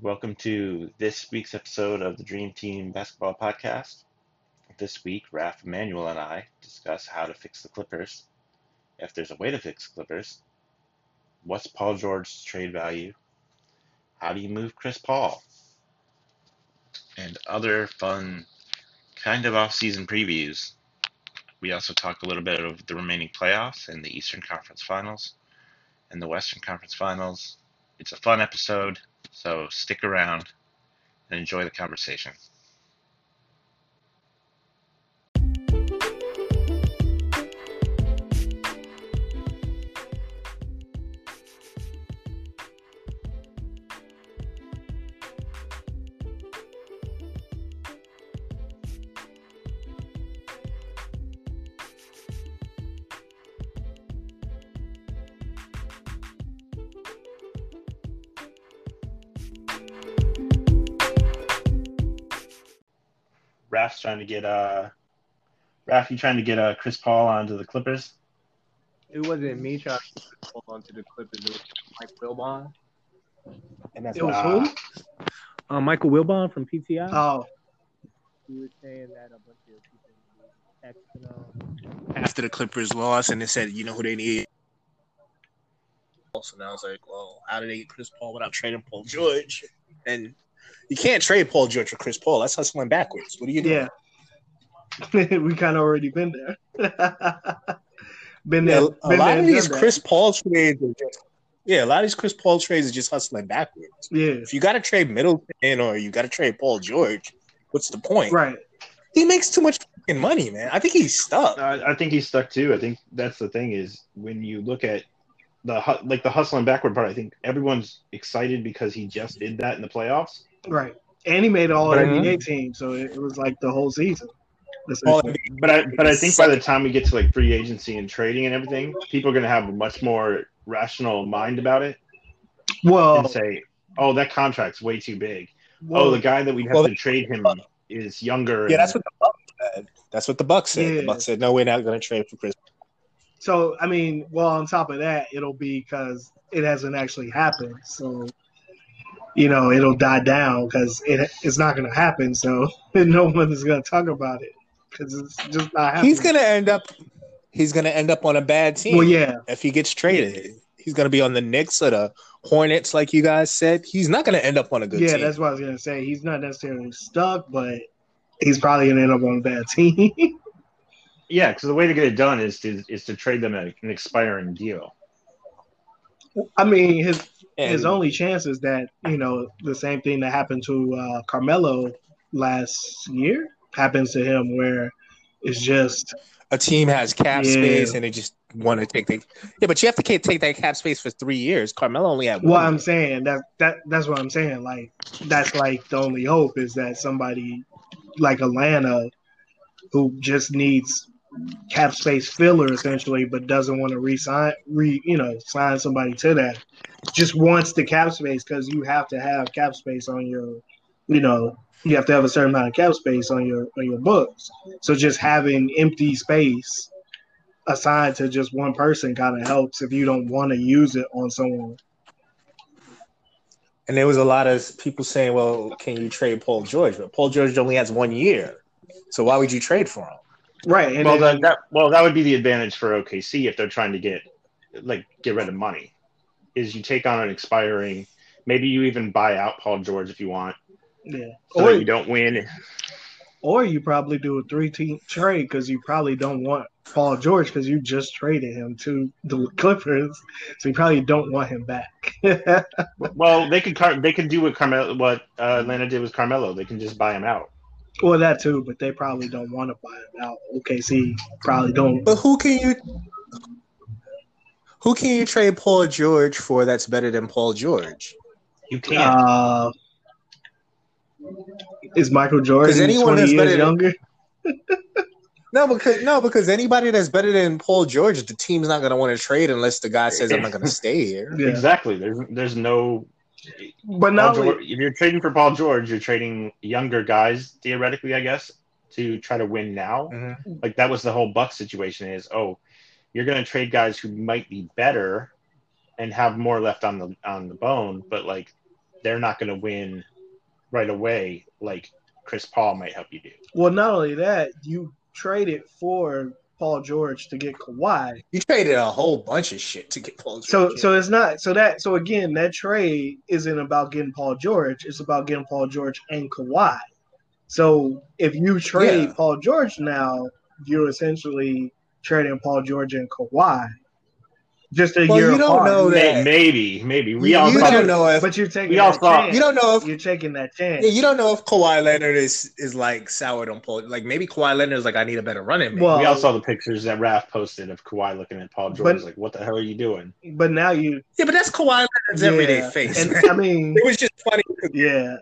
Welcome to this week's episode of the Dream Team Basketball Podcast. This week, Raf Emanuel and I discuss how to fix the Clippers, if there's a way to fix Clippers, what's Paul George's trade value, how do you move Chris Paul, and other fun kind of off-season previews. We also talk a little bit of the remaining playoffs and the Eastern Conference Finals and the Western Conference Finals. It's a fun episode, so stick around and enjoy the conversation. Raf's trying to get uh Raf, you trying to get uh Chris Paul onto the Clippers? It wasn't me trying to hold on to the Clippers. It was Mike Wilbon. And that's It was Uh, who? Uh, Michael Wilbon from PTI. Oh, he was saying that a bunch of people were texting him. after the Clippers lost, and they said, you know who they need. So now I was like, well, how did they get Chris Paul without trading Paul George? And you can't trade Paul George for Chris Paul. That's hustling backwards. What are you doing? yeah. we kind of already been there. been Yeah, there. a been lot there, of these done that. Chris Paul trades are just yeah, a lot of these Chris Paul trades are just hustling backwards. Yeah. If you got to trade Middleton or you got to trade Paul George, what's the point? Right. He makes too much fucking money, man. I think he's stuck. I, I think he's stuck too. I think that's the thing is when you look at the hu- like the hustling backward part. I think everyone's excited because he just did that in the playoffs. Right. And he made all But uh-huh. I- NBA team, so it, it was like the whole season. All essentially. But I but I think by the time we get to like free agency and trading and everything, people are gonna have a much more rational mind about it Well, and say, "Oh, that contract's way too big. well, oh, the guy that we have Well, to trade him is younger." yeah, and- that's what the Bucks said. That's what the Bucks said. The Yeah. Bucks said, no, we're not going to trade for Chris. so I mean, well, on top of that, it'll be because it hasn't actually happened. So, you know, it'll die down because it, it's not going to happen. So, no one is going to talk about it because it's just not happening. He's gonna end up. He's gonna end up on a bad team. Well, yeah, If he gets traded, he's gonna be on the Knicks or the Hornets, like you guys said. He's not gonna end up on a good yeah, team. that's what I was gonna say. He's not necessarily stuck, but he's probably gonna end up on a bad team. yeah, because the way to get it done is to is to trade them a, an expiring deal. I mean, his And his only chance is that you know the same thing that happened to uh, Carmelo last year happens to him, where it's just a team has cap Yeah. space, and they just want to take. The, yeah, but you have to ca- take that cap space for three years. Carmelo only had what one. I'm saying. That that that's what I'm saying. Like that's like the only hope is that somebody like Atlanta, who just needs cap space filler essentially, but doesn't want to resign, re you know, sign somebody to that, just wants the cap space because you have to have cap space on your, you know, you have to have a certain amount of cap space on your on your books. So just having empty space assigned to just one person kind of helps if you don't want to use it on someone. and there was a lot of people saying, "Well, can you trade Paul George?" But Paul George only has one year, so why would you trade for him? Right. And well, then- that, that well, that would be the advantage for OKC if they're trying to get like get rid of money. Is you take on an expiring, maybe you even buy out Paul George if you want, yeah. so Or that you don't win. or you probably do a three team trade because you probably don't want Paul George because you just traded him to the Clippers, so you probably don't want him back. Well, they could car- they could do what Carmelo what uh, Atlanta did with Carmelo. They can just buy him out. well, that too, but they probably don't want to buy him out. OKC probably don't. But who can you? Who can you trade Paul George for? That's better than Paul George. You can't. Uh, is Michael Jordan Is anyone twenty that's years better than- younger? No, because no, because anybody that's better than Paul George, the team's not going to want to trade unless the guy says, "I'm not going to stay here." Yeah. Exactly. There's there's no. But Paul not George, only, if you're trading for Paul George, you're trading younger guys theoretically, I guess, to try to win now. Mm-hmm. Mm. Like that was the whole Buck situation. Is oh, you're going to trade guys who might be better and have more left on the on the bone, but like they're not going to win right away like Chris Paul might help you do. Well, not only that, you traded for Paul George to get Kawhi. You traded a whole bunch of shit to get Paul George. So so it's not so that so again that trade isn't about getting Paul George. It's about getting Paul George and Kawhi. So if you trade Yeah. Paul George now, you're essentially trading Paul George and Kawhi. Just a Well, year you don't apart. know May- that. Maybe, maybe we you, all you thought don't know if But you're taking We all that thought- chance. you don't know if you're taking that chance. yeah, you don't know if Kawhi Leonard is is like soured on Paul. Like maybe Kawhi Leonard is like I need a better running man. Well, we all saw the pictures that Raph posted of Kawhi looking at Paul George But- like, "What the hell are you doing?" but now you yeah, but that's Kawhi Leonard's everyday yeah. face. And man. I mean, It was just funny. yeah.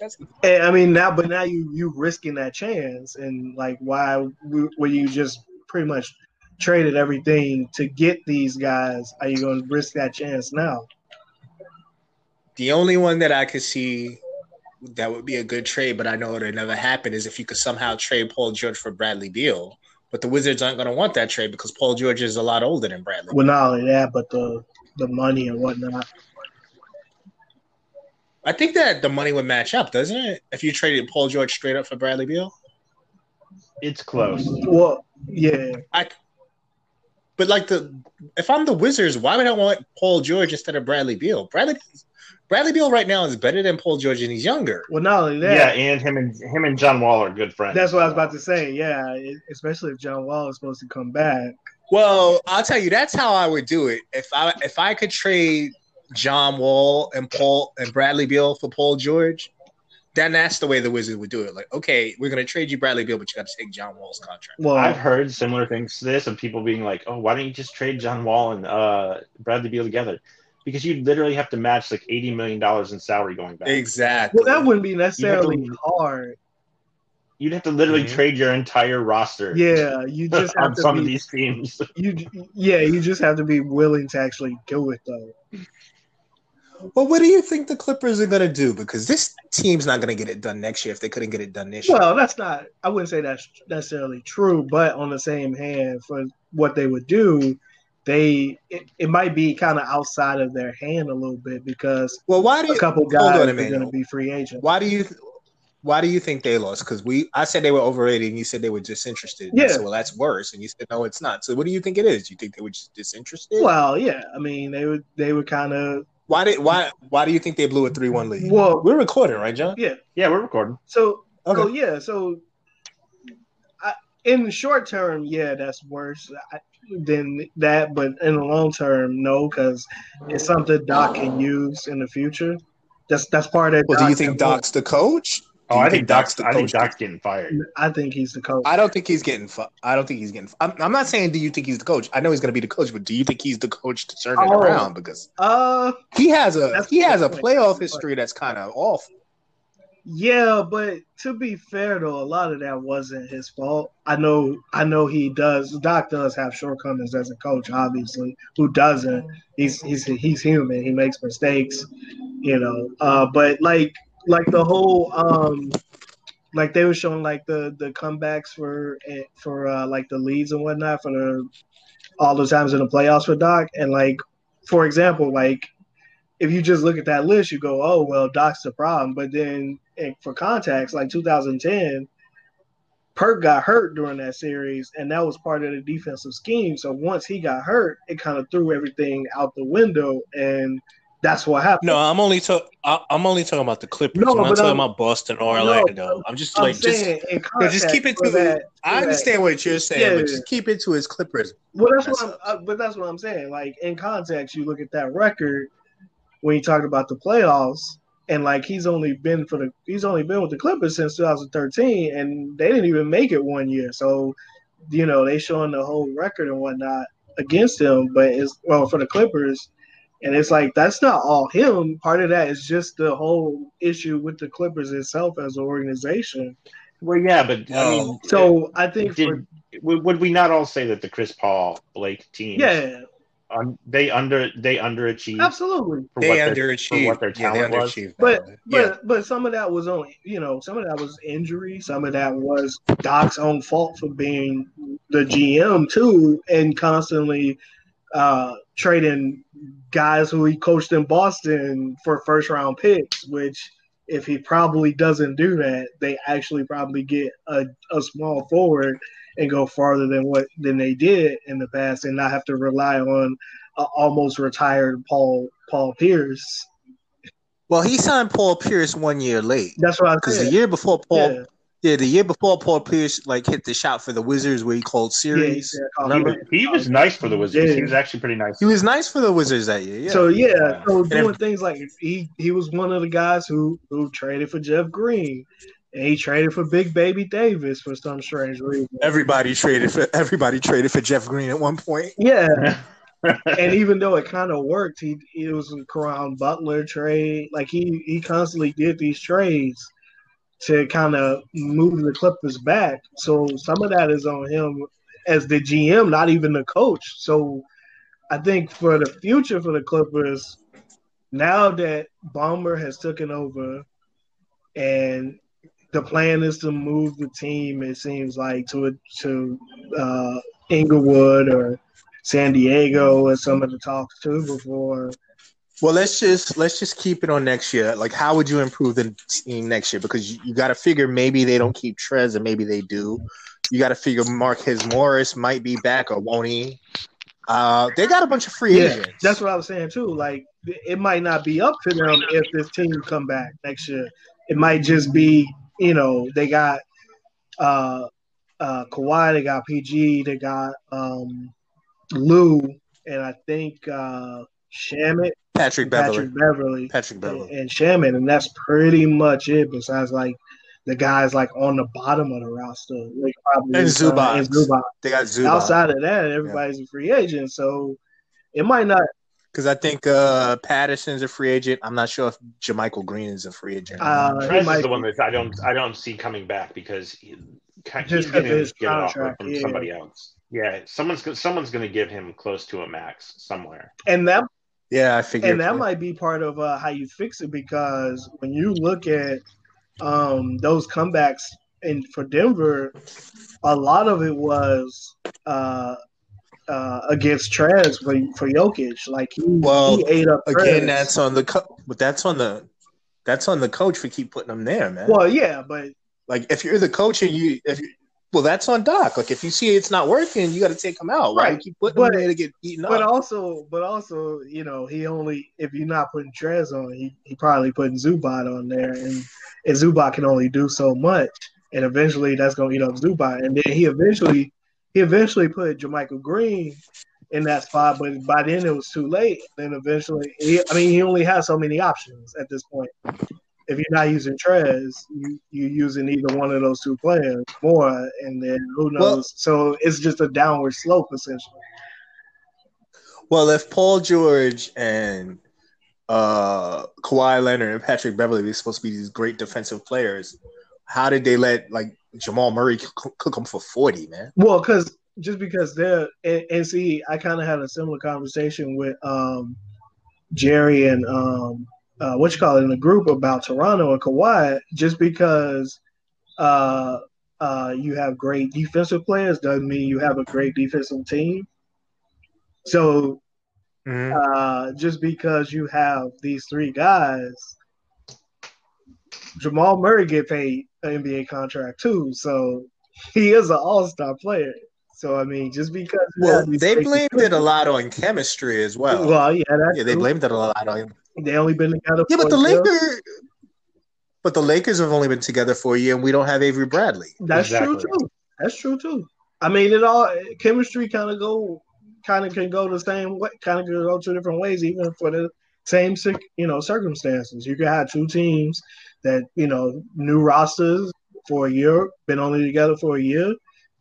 That's- And, I mean now, but now you you risking that chance, and like why w- were you just pretty much traded everything to get these guys? Are you going to risk that chance now? The only one that I could see that would be a good trade, but I know it'll never happen, is if you could somehow trade Paul George for Bradley Beal. But the Wizards aren't going to want that trade because Paul George is a lot older than Bradley. Well, not only that, but the the money and whatnot. I think that the money would match up, doesn't it? If you traded Paul George straight up for Bradley Beal, It's close. Well, yeah, but like the if I'm the Wizards, why would I want Paul George instead of Bradley Beal? Bradley Bradley Beal right now is better than Paul George, and he's younger. well, not only Yeah, that. and him and him and John Wall are good friends. That's what I was about to say. Yeah, e- especially if John Wall is supposed to come back. Well, I'll tell you, that's how I would do it. If I if I could trade John Wall and Paul and Bradley Beal for Paul George, then that's the way the Wizards would do it. Like, okay, we're gonna trade you Bradley Beal, but you got to take John Wall's contract. Well, I've heard similar things to this of people being like, "Oh, why don't you just trade John Wall and uh, Bradley Beal together?" Because you literally have to match like eighty million dollars in salary going back. Exactly. well, that wouldn't be necessarily You hard. You'd have to literally Mhm. trade your entire roster. Yeah, you just have on to some of be these teams. you yeah you just have to be willing to actually do it though Well, what do you think the Clippers are gonna do? Because this team's not gonna get it done next year if they couldn't get it done this year. well that's not i wouldn't say that's necessarily true but on the same hand for what they would do they it, it might be kind of outside of their hand a little bit because Well, why do a you, couple on a guys are minute. going to be free agents why do you why do you think they lost? Because we I said they were overrated, and you said they were disinterested. And I Yeah. said, well, that's worse, and you said no, it's not. So what do you think it is? You think they were just disinterested? well yeah i mean they would they would kind of Why did why why do you think they blew a three one lead? well We're recording, right, John? yeah, we're recording. so So Okay. yeah, so I, in the short term, yeah, that's worse I- than that. But in the long term, no, because it's something Doc can use in the future. That's that's part of. Well, do you Doc's think influence. Doc's the coach? Oh, Do you I think Doc's. the I think coach? Doc's getting fired. I think he's the coach. I don't think he's getting. Fu- I don't think he's getting. Fu- I'm, I'm not saying. Do you think he's the coach? I know he's going to be the coach, but do you think he's the coach to turn it Oh. around? Because Uh, he has a That's he a good has a point. playoff history that's kind of off. yeah, but to be fair though, a lot of that wasn't his fault. I know, I know he does. Doc does have shortcomings as a coach, obviously. Who doesn't? He's he's he's human. He makes mistakes. you know. Uh, but like like the whole um, like they were showing like the the comebacks for for uh, like the leads and whatnot for the all the times in the playoffs for Doc and like for example like if you just look at that list you go oh well Doc's the problem but then and for context like 2010. Perk got hurt during that series, and that was part of the defensive scheme. So once he got hurt, it kind of threw everything out the window, and that's what happened. No, I'm only talking. I'm only talking about the Clippers. No, I'm not but talking I'm- about Boston or No, Orlando. I'm just like I'm just. saying in no, just context keep it for to that. I yeah. understand what you're saying, Yeah. but just keep it to his Clippers. Well, that's That's what I'm. Uh, but that's what I'm saying. Like in context, you look at that record when you talk about the playoffs, and like he's only been for the he's only been with the Clippers since 2013, and they didn't even make it one year. So, you know, they showing the whole record and whatnot against him, but it's well for the Clippers. And it's like that's not all him. Part of that is just the whole issue with the Clippers itself as an organization. Well, yeah, but I mean, So I think for did, would would we not all say that the Chris Paul Blake team? yeah, um, they under they underachieved. absolutely. For They what their- underachieved. for what their Yeah, they talent was. underachieved. But but yeah, but some of that was on you know some of that was injury, some of that was Doc's own fault for being the GM too, and constantly uh, trading guys who he coached in Boston for first round picks, which if he probably doesn't do that, they actually probably get a, a small forward and go farther than what than they did in the past and not have to rely on a almost retired Paul Paul Pierce. Well, he signed Paul Pierce one year late That's what I because the said. year before Paul, Yeah, yeah. the year before Paul Pierce like hit the shot for the Wizards where he called series. yeah, yeah. He was, Remember? he was nice for the Wizards. Yeah. He was actually pretty nice. He was nice for the Wizards that year. Yeah. So yeah, Yeah. so then- doing things like he he was one of the guys who who traded for Jeff Green, and he traded for Big Baby Davis for some strange reason. everybody traded for everybody traded for Jeff Green at one point. yeah, yeah, and even though it kind of worked, he it was a Karan Butler trade. Like he he constantly did these trades to kind of move the Clippers back. So some of that is on him as the GM, not even the coach. So I think for the future for the Clippers, now that Bomber has taken over, and the plan is to move the team. It seems like to a- to uh, Inglewood or San Diego and some of the talks too before. Well, let's just let's just keep it on next year. Like, how would you improve the team next year? Because you, you got to figure maybe they don't keep Trez, and maybe they do. You got to figure Marquez Morris might be back or won't he? Uh, they got a bunch of free Yeah, agents. that's what I was saying too. Like it might not be up to them if this team come back next year. It might just be you know they got uh, uh, Kawhi, they got PG, they got um, Lou, and I think uh, Shamit, Patrick Beverly. Patrick Beverly, Patrick and, Beverly. and Shaman, and that's pretty much it. Besides, like the guys like on the bottom of the roster, like probably And uh, Zubac. and Zubac. They got Zubac Outside of that, everybody's a free agent, so it might not. because I think uh, Patterson's a free agent. I'm not sure if Jermichael Green is a free agent. Uh, he Trez might- is the one that I don't I don't see coming back because he, he's Just 'cause getting of his get an offer contract, from yeah. somebody else. Yeah, someone's go- someone's going to give him close to a max somewhere. and that yeah, I figured. and that might be part of uh, how you fix it because when you look at um, those comebacks in for Denver, a lot of it was uh, uh, against Trez for, for Jokic. Like he, Well, he ate up again, Trez. that's on the co- but that's on the that's on the coach for keep putting them there, man. well, yeah, but Like if you're the coach and you if you, well, that's on Doc. Like if you see it's not working, you got to take him out. Why you Right. keep putting But- him there to get eaten But up? also, but also, you know, he only if you're not putting Trez on, he, he probably putting Zubat on there, and and Zubat can only do so much, and eventually that's gonna eat up Zubat, and then he eventually he eventually put Jermichael Green in that spot, but by then it was too late. Then eventually, he, I mean, he only has so many options at this point. If you're not using Trez, you, you're using either one of those two players more, and then who knows? Well- so it's just a downward slope essentially. Well, if Paul George and uh Kawhi Leonard and Patrick Beverly were supposed to be these great defensive players, how did they let like Jamal Murray cook, cook them for forty, man? Well, because just because they're and, and see, I kind of had a similar conversation with um, Jerry and um, uh, what you call it in the group about Toronto and Kawhi. Just because uh, uh, you have great defensive players doesn't mean you have a great defensive team. So uh, just because you have these three guys, Jamal Murray get paid an NBA contract too, so he is an All Star player. So I mean, just because you Well, have these they three- blamed it a lot on chemistry as well. Well, yeah, that's yeah, they true. blamed it a lot on They only been together. Yeah, but for the a year. Lakers, but the Lakers have only been together for a year, and we don't have Avery Bradley. That's Exactly. true too. That's true too. I mean, it all chemistry kind of go, kind of can go the same way, kind of can go two different ways, even for the same cir- you know circumstances. You can have two teams that you know new rosters for a year, been only together for a year,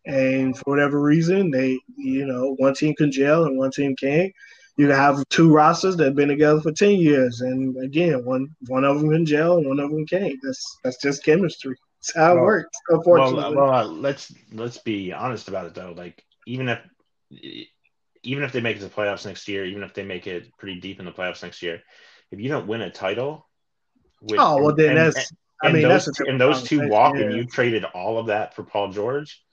and for whatever reason, they you know one team can gel and one team can't. You can have two rosters that have been together for ten years, and again, one one of them can gel and one of them can't. That's that's just chemistry. That's how it Well- works. Well, Unfortunately, uh, well, uh, let's let's be honest about it though. Like even if even if they make it to the playoffs next year, even if they make it pretty deep in the playoffs next year, if you don't win a title, which, oh well, and- then that's. I and mean, those, that's a and those two different walk, conversation, and you traded all of that for Paul George.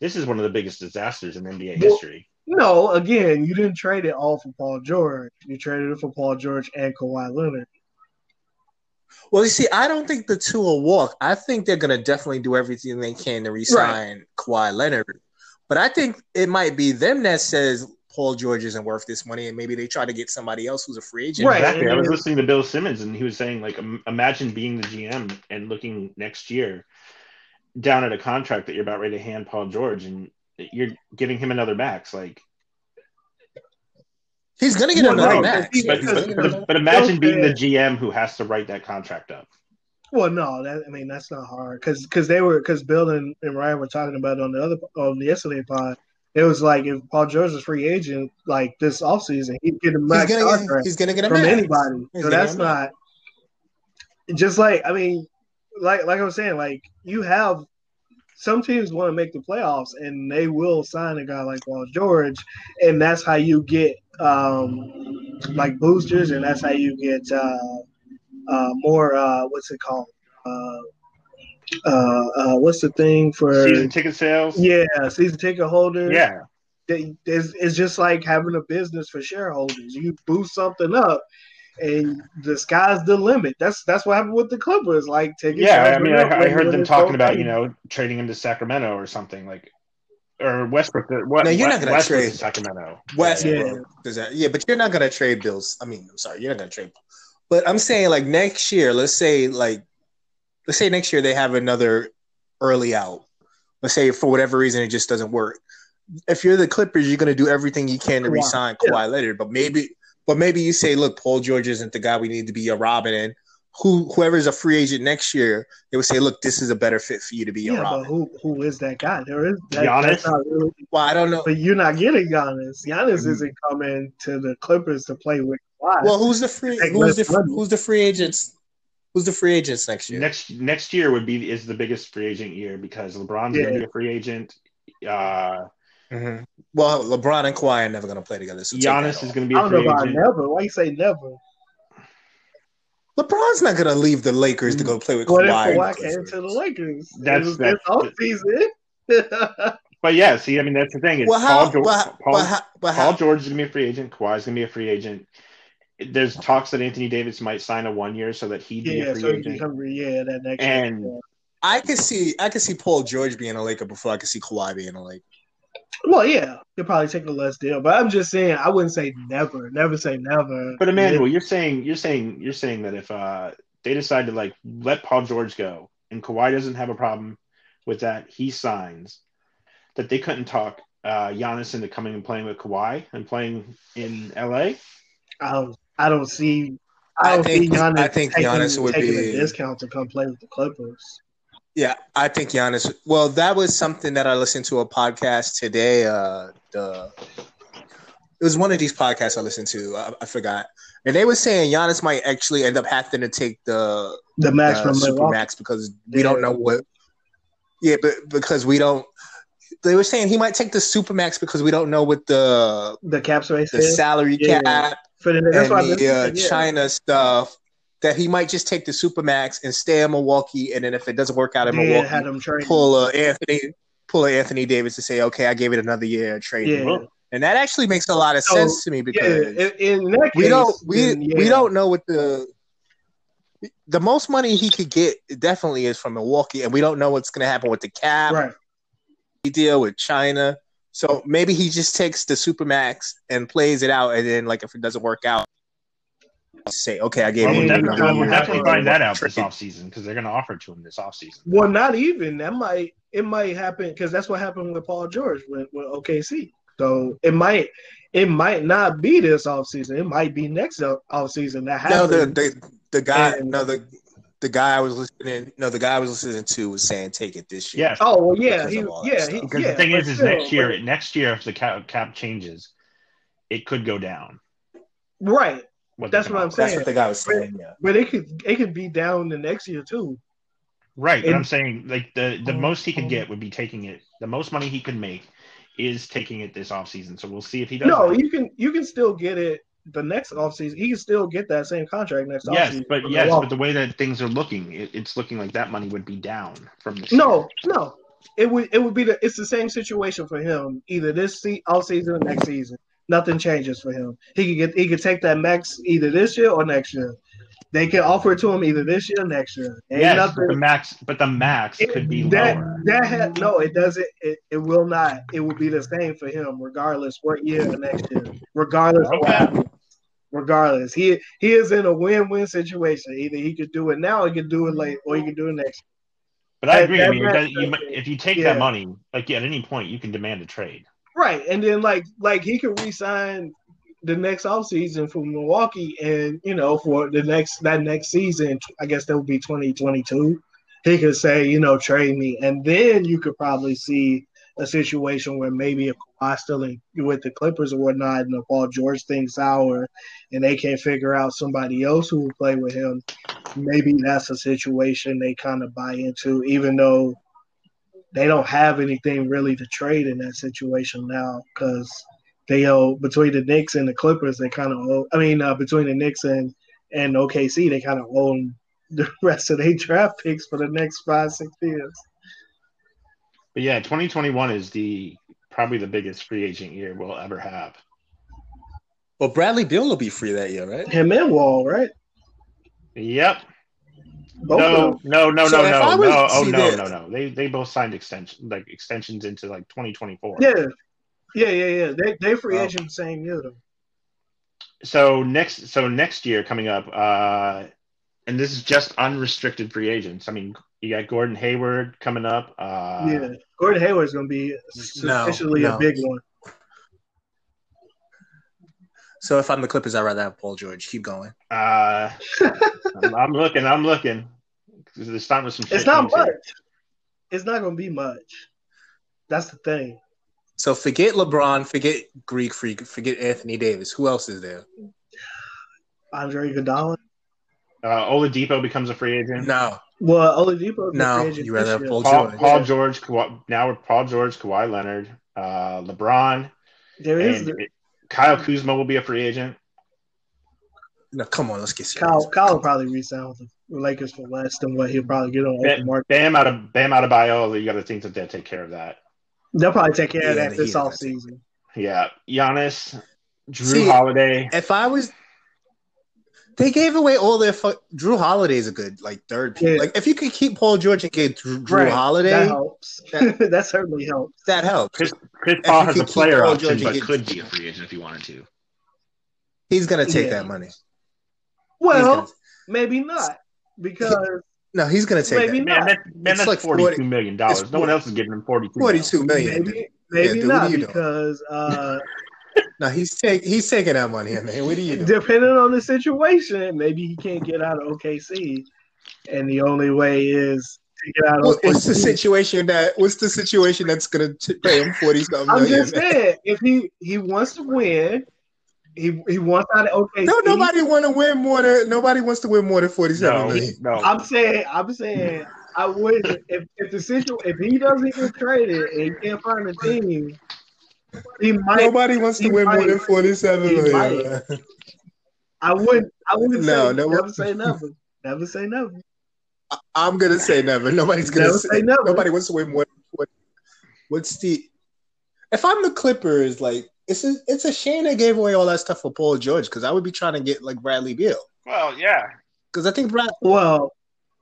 This is one of the biggest disasters in NBA Well- history. No, again, you didn't trade it all for Paul George. You traded it for Paul George and Kawhi Leonard. Well, you see, I don't think the two will walk. I think they're going to definitely do everything they can to resign Kawhi Leonard. But I think it might be them that says Paul George isn't worth this money, and maybe they try to get somebody else who's a free agent. Right. Exactly. I was and- listening to Bill Simmons, and he was saying, like, im- imagine being the GM and looking next year down at a contract that you're about ready to hand Paul George, and you're giving him another max. Like, He's going to get Well, another right. max. but, Because- but, but, but imagine Bill being the said- GM who has to write that contract up. Well, no, that, I mean that's not hard because they were because Bill and, and Ryan were talking about it on the other on the yesterday pod. It was like if Paul George is free agent like this offseason, he'd get a He's max going to get, contract he's gonna get a from max. anybody. He's So gonna that's get a max. not just like I mean, like like I was saying, like you have some teams want to make the playoffs and they will sign a guy like Paul George, and that's how you get um like boosters, and that's how you get uh, uh more uh what's it called uh, uh uh what's the thing for Season ticket sales? yeah season ticket holders Yeah. they, it's, it's just like having a business for shareholders. You boost something up, and the sky's the limit. That's that's what happened with the Clippers. Like taking Yeah, I shots mean, went I, up I when- heard when them it's talking over. about you know trading him to Sacramento or something like, or Westbrook. What, No, you're not gonna Westbrook trade. to Sacramento. Westbrook. Yeah. Does that, yeah, but you're not gonna trade Bills. I mean, I'm sorry, you're not gonna trade. But I'm saying like next year, let's say like let's say next year they have another early out. Let's say for whatever reason it just doesn't work. If you're the Clippers, you're gonna do everything you can to Kawhi. resign Yeah. Kawhi Leonard, but maybe but maybe you say, look, Paul George isn't the guy we need to be a Robin and who whoever's a free agent next year, they would say, look, this is a better fit for you to be Yeah, a but Robin. who who is that guy? There is that, Giannis? That's not really, well, I don't know. but you're not getting Giannis. Giannis Mm-hmm. Mhm. isn't coming to the Clippers to play with Kawhi. Well, who's the free Take who's the less money. who's the free agents? Who's the free agents next year? Next next year would be is the biggest free agent year because LeBron's Yeah. gonna be a free agent. Uh, Mhm. Well, LeBron and Kawhi are never going to play together. So take Giannis that is off. gonna be I a don't know free about agent. never. Why you say never? LeBron's not going to leave the Lakers to go play with What if Kawhi. and the Kawhi came Clippers. to the Lakers? That's- it was that's- this offseason. But yeah, see, I mean that's the thing. Is Well, how? Paul, George, but, Paul, but how? But Paul how? George is gonna be a free agent. Kawhi's gonna be a free agent. There's talks that Anthony Davis might sign a one year so that he'd be yeah, a free so he'd be agent. hungry. Yeah, that next year. And I could see. I could see Paul George being a Laker before I could see Kawhi being a Laker. Well, yeah, they'll probably take a less deal, but I'm just saying I wouldn't say never, never say never. But Emmanuel, you're saying you're saying you're saying that if uh, they decide to like let Paul George go and Kawhi doesn't have a problem with that, he signs that they couldn't talk uh, Giannis into coming and playing with Kawhi and playing in LA. I don't, I don't see, I I don't think- see Giannis. I think taking, Giannis would taking be- a discount to come play with the Clippers. Yeah, I think Giannis. Well, that was something that I listened to a podcast today. Uh, the it was one of these podcasts I listened to. I, I forgot, and they were saying Giannis might actually end up having to take the The max uh, from super Milwaukee. max because we don't know what. Yeah, but because we don't, they were saying he might take the super max because we don't know what the the cap space the is salary Yeah. cap for the and that's why the uh, yeah. China stuff. That he might just take the super max and stay in Milwaukee, and then if it doesn't work out in Then Milwaukee, had them trade. pull uh, Anthony pull a Anthony Davis to say, okay, I gave it another year, trade him. Yeah, Well, And that actually makes a lot of So, sense to me yeah. because In, in that case, we don't we then, yeah. we don't know what the the most money he could get definitely is from Milwaukee, and we don't know what's going to happen with the cap right. deal with China. So maybe he just takes the supermax and plays it out, and then like if it doesn't work out, say okay, I gave we'll you yeah, definitely, yeah, we'll another year. yeah. definitely find that out this Trade. offseason because they're going to offer it to him this offseason. Well, not even that might it might happen because that's what happened with Paul George with, with OKC. So it might it might not be this offseason. It might be next o- offseason that No, happens. the the the guy, And- no the the guy I was listening, no the guy I was listening to was saying take it this year. Yeah, oh well, yeah, Because he, of all that yeah, stuff. he, because yeah, the thing but is, is still, next year, next year if the cap, cap changes, it could go down. but- right? they're That's what gonna I'm offer. That's saying. what the guy was saying. Yeah. But it could it could be down the next year too. Right, but And- I'm saying like the the Um, most he could um, get would be taking it. The most money he could make is taking it this offseason. So we'll see if he does. No, that. you can you can still get it the next offseason. He can still get that same contract next yes, offseason. but from yes, Milwaukee. but the way that things are looking, it, it's looking like that money would be down from this. No, no, it would it would be the it's the same situation for him either this se- all season or next season. Nothing changes for him. He could get he could take that max either this year or next year. They can offer it to him either this year or next year. Ain't yes, nothing- but the max, but the max it- could be that, lower. That ha- no, it doesn't. It, it will not. It will be the same for him, regardless what year or next year, regardless. of what Okay. happens. Regardless, he he is in a win-win situation. Either he could do it now, or he could do it late, or he could do it next. But I that- agree. I that mean, it max does- you, doesn't- if you take yeah. that money, like at any point, you can demand a trade. Right. And then like like he could resign the next offseason from Milwaukee and you know, for the next that next season, I guess that would be twenty twenty two. He could say, you know, trade me. And then you could probably see a situation where maybe if Kawhi still in, with the Clippers or whatnot and if Paul George thing's sour and they can't figure out somebody else who will play with him, maybe that's a situation they kind of buy into, even though they don't have anything really to trade in that situation now because they owe between the Knicks and the Clippers. They kind of owe. I mean, uh, between the Knicks and and OKC, they kind of own the rest of their draft picks for the next five six years. But yeah, 2021 is the probably the biggest free agent year we'll ever have. Well, Bradley Beal will be free that year, right? Him and Wall, right? Yep. Both of no, them. no, no, So no, if no, I was- no. Oh see no, the- no, no. They they both signed extension like extensions into like 2024. Yeah, yeah, yeah, yeah. They they free Wow. agent the same year though. So next, so next year coming up, uh, and this is just unrestricted free agents. I mean, you got Gordon Hayward coming up. Uh, yeah, Gordon Hayward's gonna be No, sufficiently no. a big one. So if I'm the Clippers, I'd rather have Paul George. Keep going. Uh, I'm, I'm looking. I'm looking. They're starting with some. shit It's not teams here. much. It's not gonna be much. That's the thing. So forget LeBron, forget Greek Freak, forget Anthony Davis. Who else is there? Andre Iguodala. Uh, Oladipo becomes a free agent. No, Well, Oladipo. is a no. free agent You rather this have year. Paul Paul, George. Paul George. Kawhi, now we're Paul George, Kawhi Leonard, uh, LeBron, There is and Kyle Kuzma will be a free agent. No, come on, let's get serious. Kyle. Kyle will probably resign with the Lakers for less than what he'll probably get on Yeah. open market. Bam out of Bam out of bio. You got to think that they'll take care of that. They'll probably take care of Yeah, that this he- offseason. Yeah, Giannis, Drew See- Holiday. If I was, they gave away all their. Fu- Drew Holiday's a good like third. pick. Yeah. Like if you could keep Paul George and get Drew, Drew Right. Holiday, That that, helps. that certainly helps. helps. Chris Chris if Paul you has could a keep player Paul option, George, you but could- could be a free agent if he wanted to. He's gonna take Yeah. that money. He's Well, gonna- maybe not because no, he's gonna take Maybe that. Man, that, man It's that's like forty-two million forty- dollars. it's No one else is giving him forty-two. million. Forty-two million. dude. maybe maybe dude, what not are you doing? because uh, No, he's take he's taking that money, man. What do you do? depending on the situation, maybe he can't get out of OKC, and the only way is to get out of What, OKC. what's the situation that what's the situation that's gonna t- pay him forty something I'm million? just saying, if he he wants to win, he he wants out of OKC. No, nobody want to win more than nobody wants to win more than forty-seven No, million. no. I'm saying, I'm saying, I would if if the situ if he doesn't get traded and he can't find a team, he might. Nobody wants to he win more might- than forty-seven he million. might. man. I wouldn't. I wouldn't No, say no. never say never. Never say never. I'm gonna say never. Nobody's gonna Never say, say never. Nobody wants to win more. than 40. What's the? If I'm the Clippers, like it's a, it's a shame they gave away all that stuff for Paul George because I would be trying to get like Bradley Beal Well, yeah. because I think Brad, Well,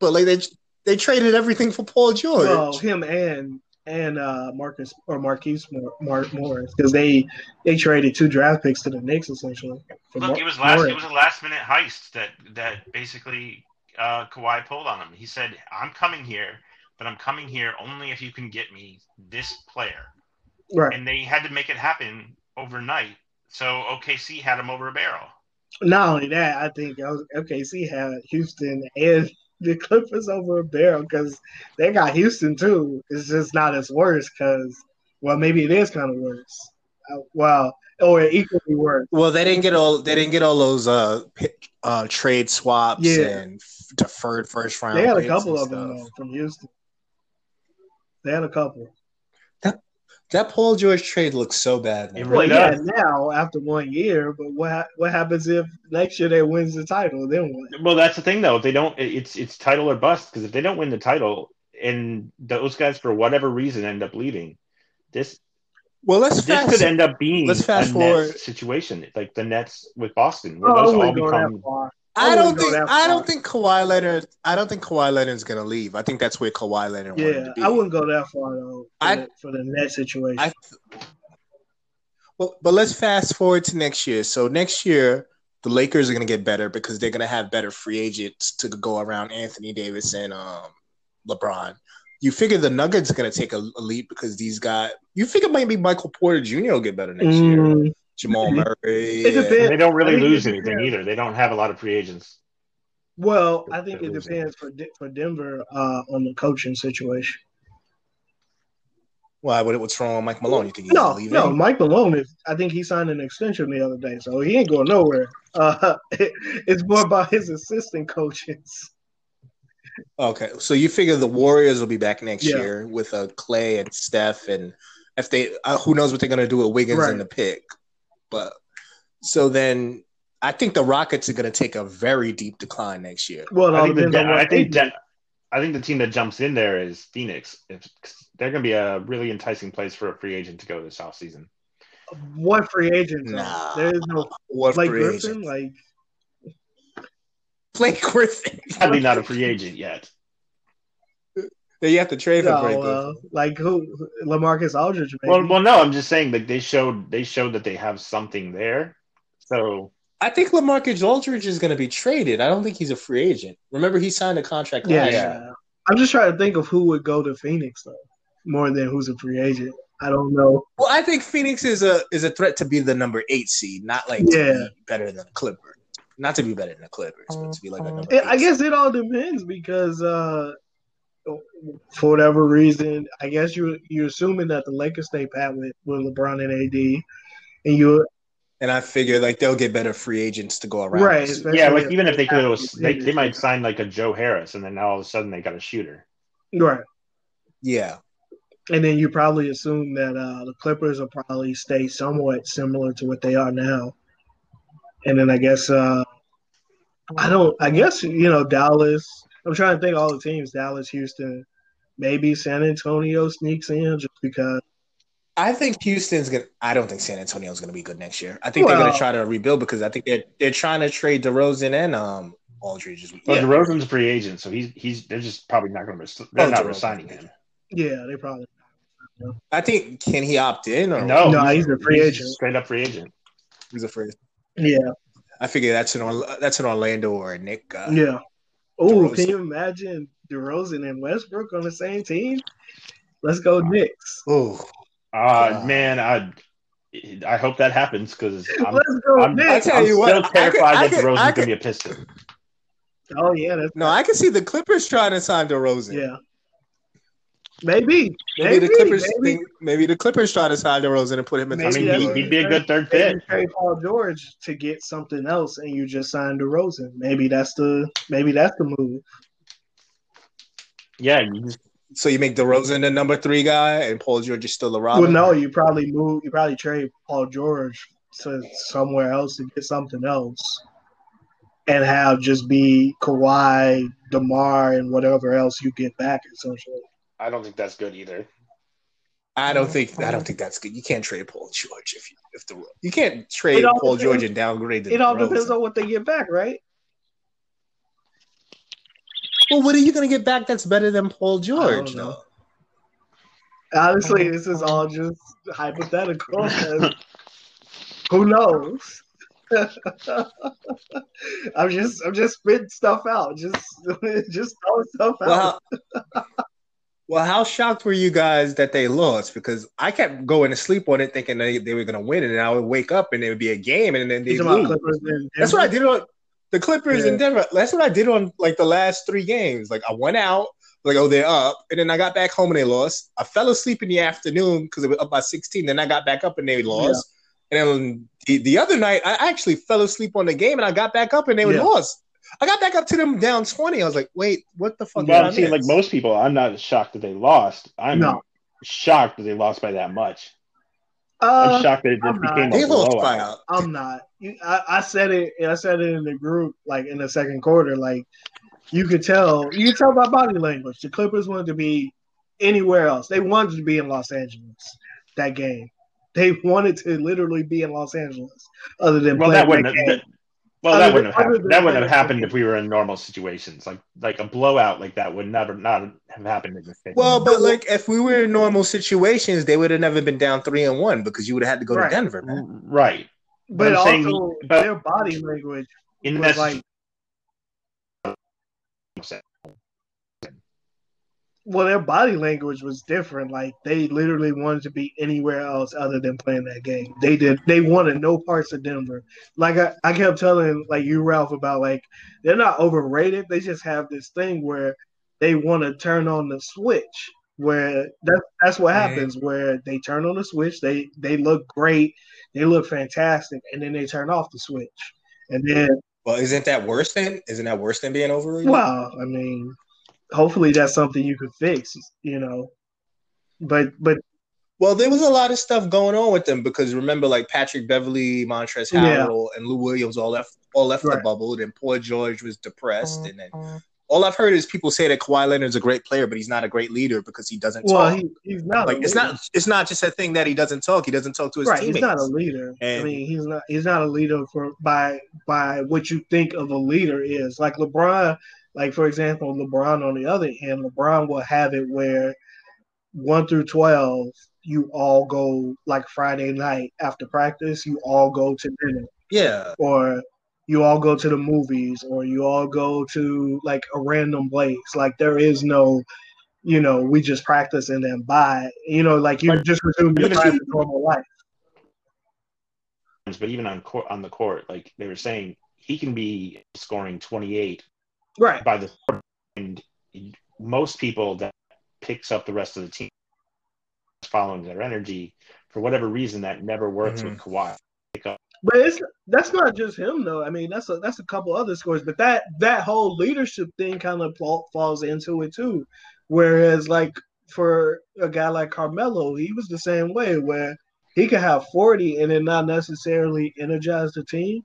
but like they they traded everything for Paul George. well, him and and uh Marcus or Marquise Mor- Mark Morris because they they traded two draft picks to the Knicks essentially. for Look, Mor- it was last. Morris. It was a last-minute heist that that basically uh, Kawhi pulled on him. He said, "I'm coming here, but I'm coming here only if you can get me this player." right. And they had to make it happen overnight. So OKC had him over a barrel. Not only that, I think I was- OKC had Houston and the Clippers over a barrel because they got Houston too. It's just not as worse because, well, maybe it is kind of worse. Uh, well, or equally worse. Well, they didn't get all they didn't get all those uh pi- uh trade swaps Yeah. and f- deferred first round. They had a picks couple and of them stuff. though, from Houston. They had a couple. That Paul George trade looks so bad. man. It Well, really yeah, does. now after one year, but what ha- what happens if next year they wins the title? Then what? Well, that's the thing, though. If they don't, it's it's title or bust. Because if they don't win the title, and those guys for whatever reason end up leaving. This Well, let's this fast. could end up being let's fast a forward. Nets situation, like the Nets with Boston, where Oh, I those all wouldn't go that become. far. I I don't wouldn't go think that I far. don't think Kawhi Leonard. I don't think Kawhi Leonard's gonna leave. I think that's where Kawhi Leonard wanted Yeah, to be. I wouldn't go that far though for, I- the, for the net situation. I- Well, but let's fast forward to next year. So next year, the Lakers are going to get better because they're going to have better free agents to go around Anthony Davis and um, LeBron. You figure the Nuggets are going to take a, a leap because these guys. You figure maybe Michael Porter Jr. will get better next year. Mm, Jamal Murray. It depends. And they don't really I think lose it anything depends. either. They don't have a lot of free agents. well, I think They're it losing. depends for De- for Denver uh, on the coaching situation. Why? What, what's wrong with Mike Malone? You think he's No, leaving? no, Mike Malone is. I think he signed an extension the other day, so he ain't going nowhere. Uh, it's more about his assistant coaches. Okay, so you figure the Warriors will be back next Yeah. year with uh, Clay and Steph, and if they, uh, who knows what they're gonna do with Wiggins Right. in the pick, but so then I think the Rockets are gonna take a very deep decline next year. Well, it I all think, the, depends De- on what I, think they do. De- I think the team that jumps in there is Phoenix. If, 'cause they're going to be a really enticing place for a free agont to go this offseason. What free agents? are. Nah. There is no What Blake free agent? Griffin. Like Blake Griffin. Probably not a free agent yet. Then you have to trade for no, Blake uh, Griffin. like who? Lamarcus Aldridge. Maybe. Well, well, no, I'm just saying like they showed they showed that they have something there. So I think LaMarcus Aldridge is gonna be traded. I don't think he's a free agent. Remember, he signed a contract yeah, last year. yeah. I'm just trying to think of who would go to Phoenix though, more than who's a free agent. I don't know. Well, I think Phoenix is a is a threat to be the number eight seed, not like Yeah. to be better than the Clippers. Not to be better than the Clippers, but to be like a number It, eight. I guess it all depends because uh, for whatever reason, I guess you you're assuming that the Lakers stay pat with, with LeBron and AD, and you And I figure like they'll get better free agents to go around. right, yeah, especially like even if they could, have- they, they Phoenix. might sign like a Joe Harris, and then now all of a sudden they got a shooter. right, Yeah. and then you probably assume that uh, the Clippers will probably stay somewhat similar to what they are now, and then I guess uh, I don't, I guess you know Dallas. I'm trying to think of all the teams: Dallas, Houston, maybe San Antonio sneaks in just because. I think Houston's gonna. I don't think San Antonio's gonna be good next year. I think they're Well- gonna try to rebuild because I think they're they're trying to trade DeRozan and um Aldridge. As well. But DeRozan's a free agent, so he's he's they're just probably not going to res- they're Oh, not DeRozan's resigning free him. Yeah, they probably. I think can he opt in or No, No, he's a free agent. straight up free agent. He's afraid. Yeah, I figure that's an Orla- that's an Orlando or a Nick guy. yeah. Oh, DeRozan. can you imagine DeRozan and Westbrook on the same team? Let's go Knicks. Ooh. Uh, Uh, man, I I hope that happens because I'm, Let's go I'm- I Knicks. tell I'm you what, still I could- terrified I that could- I DeRozan's going could- to be a Piston. Oh yeah, that's, No, I can see the Clippers trying to sign DeRozan. yeah. Maybe, Maybe, maybe, the Clippers maybe, think- maybe the Clippers try to sign DeRozan and put him in. I Maybe mean, that's he, what he'd be a good third maybe pick. trade Paul George to get something else, and you just signed DeRozan. Maybe that's the maybe that's the move. Yeah, you just so you make DeRozan the number three guy, and Paul George is still a Robin. Well, no, you probably move. You probably trade Paul George to somewhere else to get something else, and have just be Kawhi, Demar, and whatever else you get back. Essentially, I don't think that's good either. I don't think I don't think that's good. You can't trade Paul George if you if the you can't trade It all Paul depends- George and downgrade the. it all DeRozan. depends on what they get back, right? Well, what are you going to get back that's better than Paul George? know. though? Honestly, this is all just hypothetical. 'cause who knows? I'm just I'm just spitting stuff out. Just just throwing stuff out. Well, how, well, how shocked were you guys that they lost? Because I kept going to sleep on it, thinking they, they were going to win, and I would wake up and it would be a game, and then they You talking about lose. Clippers and That's what I did on the Clippers Yeah. in Denver. That's what I did on like the last three games. Like I went out, like oh they're up, and then I got back home and they lost. I fell asleep in the afternoon because it was up by sixteen. Then I got back up and they lost. And then the, the other night, I actually fell asleep on the game and I got back up and they were Yeah. lost. I got back up to them down twenty. I was like, wait, what the fuck? Well, did I I'm seeing like miss? most people, I'm not shocked that they lost. I'm No. shocked that they lost by that much. I'm Uh, shocked that it I'm just not. became they a lost blowout. by. a- I'm not. You- I, I said it. I said it in the group, like in the second quarter. Like You could tell. You could tell by body language. The Clippers wanted to be anywhere else. They wanted to be in Los Angeles that game. They wanted to literally be in Los Angeles, other than Well, that playing that wouldn't. Have, game. that, well, Other that than- wouldn't have other happened. than That wouldn't have that- happened if we were in normal situations. Like like a blowout like that would never not have happened in the state. Well, but like if we were in normal situations, they would have never been down three and one because you would have had to go Right. to Denver, man. right but I'm also saying- but- their body language in was that like, situation, well, their body language was different. Like they literally wanted to be anywhere else other than playing that game. They did. They wanted no parts of Denver. Like I, I kept telling like you, Ralph, about like they're not overrated. They just have this thing where they want to turn on the switch. Where that, that's what Mhm. happens. Where they turn on the switch, they they look great, they look fantastic, and then they turn off the switch, and then Well, isn't that worse than isn't that worse than being overrated? Well, I mean, hopefully that's something you can fix, you know. But but Well, there was a lot of stuff going on with them because remember, like Patrick Beverly, Montrezl Yeah. Harrell, and Lou Williams all left all left the Right. bubble. Then poor George was depressed, and then all I've heard is people say that Kawhi Leonard's a great player, but he's not a great leader because he doesn't well, talk. he, he's not like a it's leader. not it's not just a thing that he doesn't talk. He doesn't talk to his right. teammates. He's not a leader. I And- mean, he's not he's not a leader for by by what you think of a leader is. Like LeBron, like for example, LeBron on the other hand, LeBron will have it where one through twelve, you all go like Friday night after practice, you all go to dinner. yeah, or you all go to the movies or you all go to like a random place like there is no you know we just practice and then bye you know like you just resume your But- private normal life but even on court on the court, like they were saying, he can be scoring 28 right by the and most people that picks up the rest of the team following their energy for whatever reason that never works with Mm-hmm. Kawhi. but it's that's not just him though i mean that's a that's a couple other scores but that that whole leadership thing kind of falls into it too whereas like for a guy like carmelo he was the same way where he could have 40 and then not necessarily energize the team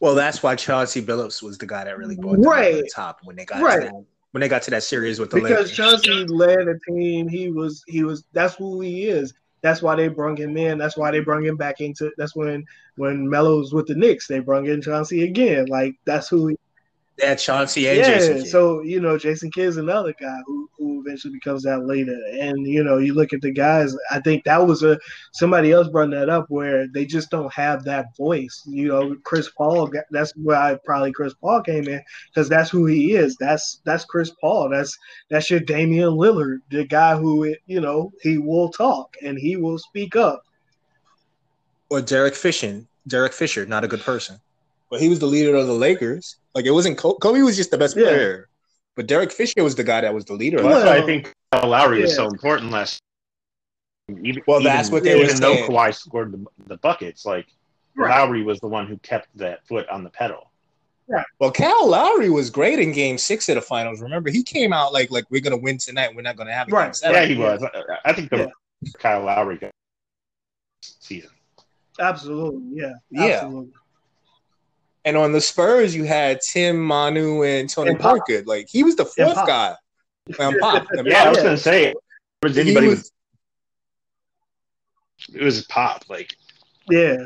well, that's why Chauncey Billups was the guy that really brought them Right. to the top when they got Right. to that, when they got to that series with the Lakers. because Chauncey led a team. He was he was that's who he is. That's why they brung him in. That's why they brung him back into. That's when when Melo was with the Knicks, they brung in Chauncey again. Like that's who. He, that Chauncey and yeah. Jason. Kidd. So you know, Jason Kidd's another guy who who eventually becomes that leader. And you know, you look at the guys. I think that was a somebody else brought that up where they just don't have that voice. You know, Chris Paul. got- That's why probably Chris Paul came in because that's who he is. That's that's Chris Paul. That's that's your Damian Lillard, the guy who you know he will talk and he will speak up. or Derek Fisher. Derek Fisher, not a good person, but he was the leader of the Lakers. Like it wasn't Kobe, Kobe was just the best Yeah. player, but Derek Fisher was the guy that was the leader. of Well, that's it. why I think Kyle Lowry was Yeah. so important last. Even, Well, that's what they were even though saying. Kawhi scored the, the buckets, like Right. Lowry was the one who kept that foot on the pedal. Well, Cal Lowry was great in Game Six of the Finals. Remember, he came out like like we're gonna win tonight. We're not gonna have a Right. Game Yeah, Seven. he was. I- I think the Kyle Lowry got season. Absolutely, yeah, Yeah. absolutely. And on the Spurs, you had Tim, Manu, and Tony And Pop. Parker. Like he was the And fourth Pop. guy. Um, Pop. I mean, Yeah, I was yeah. gonna say. Was he anybody? was- it was pop. Like Yeah,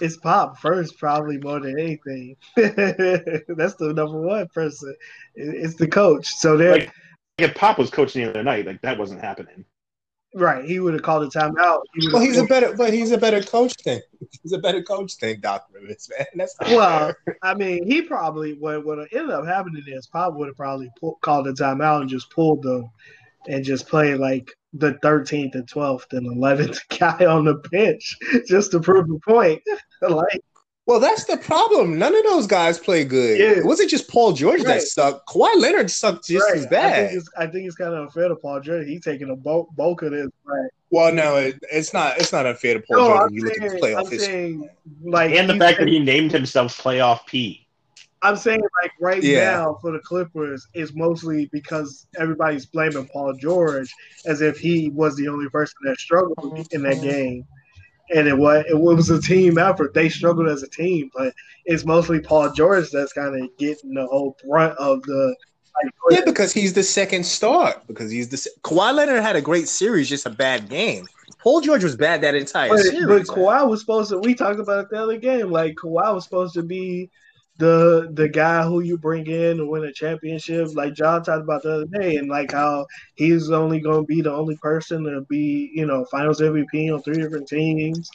it's Pop first, probably more than anything. That's the number one person. It- It's the coach. So they're Like- if Pop was coaching the other night, like that wasn't happening. right. He would have called a timeout. He would've- well, he's a better, but he's a better coach than he's a better coach than Doc Rivers, man. That's not Well, fair. I mean, he probably what would have ended up happening is Pop would have probably pull, called a timeout and just pulled them, and just played like the 13th and 12th and 11th guy on the bench just to prove a point. like, Well, that's the problem. None of those guys play good. Yeah. It wasn't just Paul George Right. that sucked. Kawhi Leonard sucked just right, as I bad. think it's, I think it's kind of unfair to Paul George. He's taking a bulk, bulk of this. Right. Well, no, it, it's not. It's not unfair to Paul No, George I'm when you look at his saying, playoff I'm history. saying, like, and the he's fact that taking- he named himself Playoff P. I'm saying like right Yeah. now for the Clippers it's mostly because everybody's Mm-hmm. blaming Paul George as if he was the only person that struggled in that game. and it was it was a team effort. They struggled as a team, but it's mostly Paul George that's kind of getting the whole brunt of the. Like, Yeah, because he's the second star. Because he's the se- Kawhi Leonard had a great series, just a bad game. Paul George was bad that entire but, series. but man. Kawhi was supposed to. We talked about it the other game. Like Kawhi was supposed to be the the guy who you bring in to win a championship. Like John talked about the other day, and like how he's only going to be the only person to be you know Finals MVP on three different teams,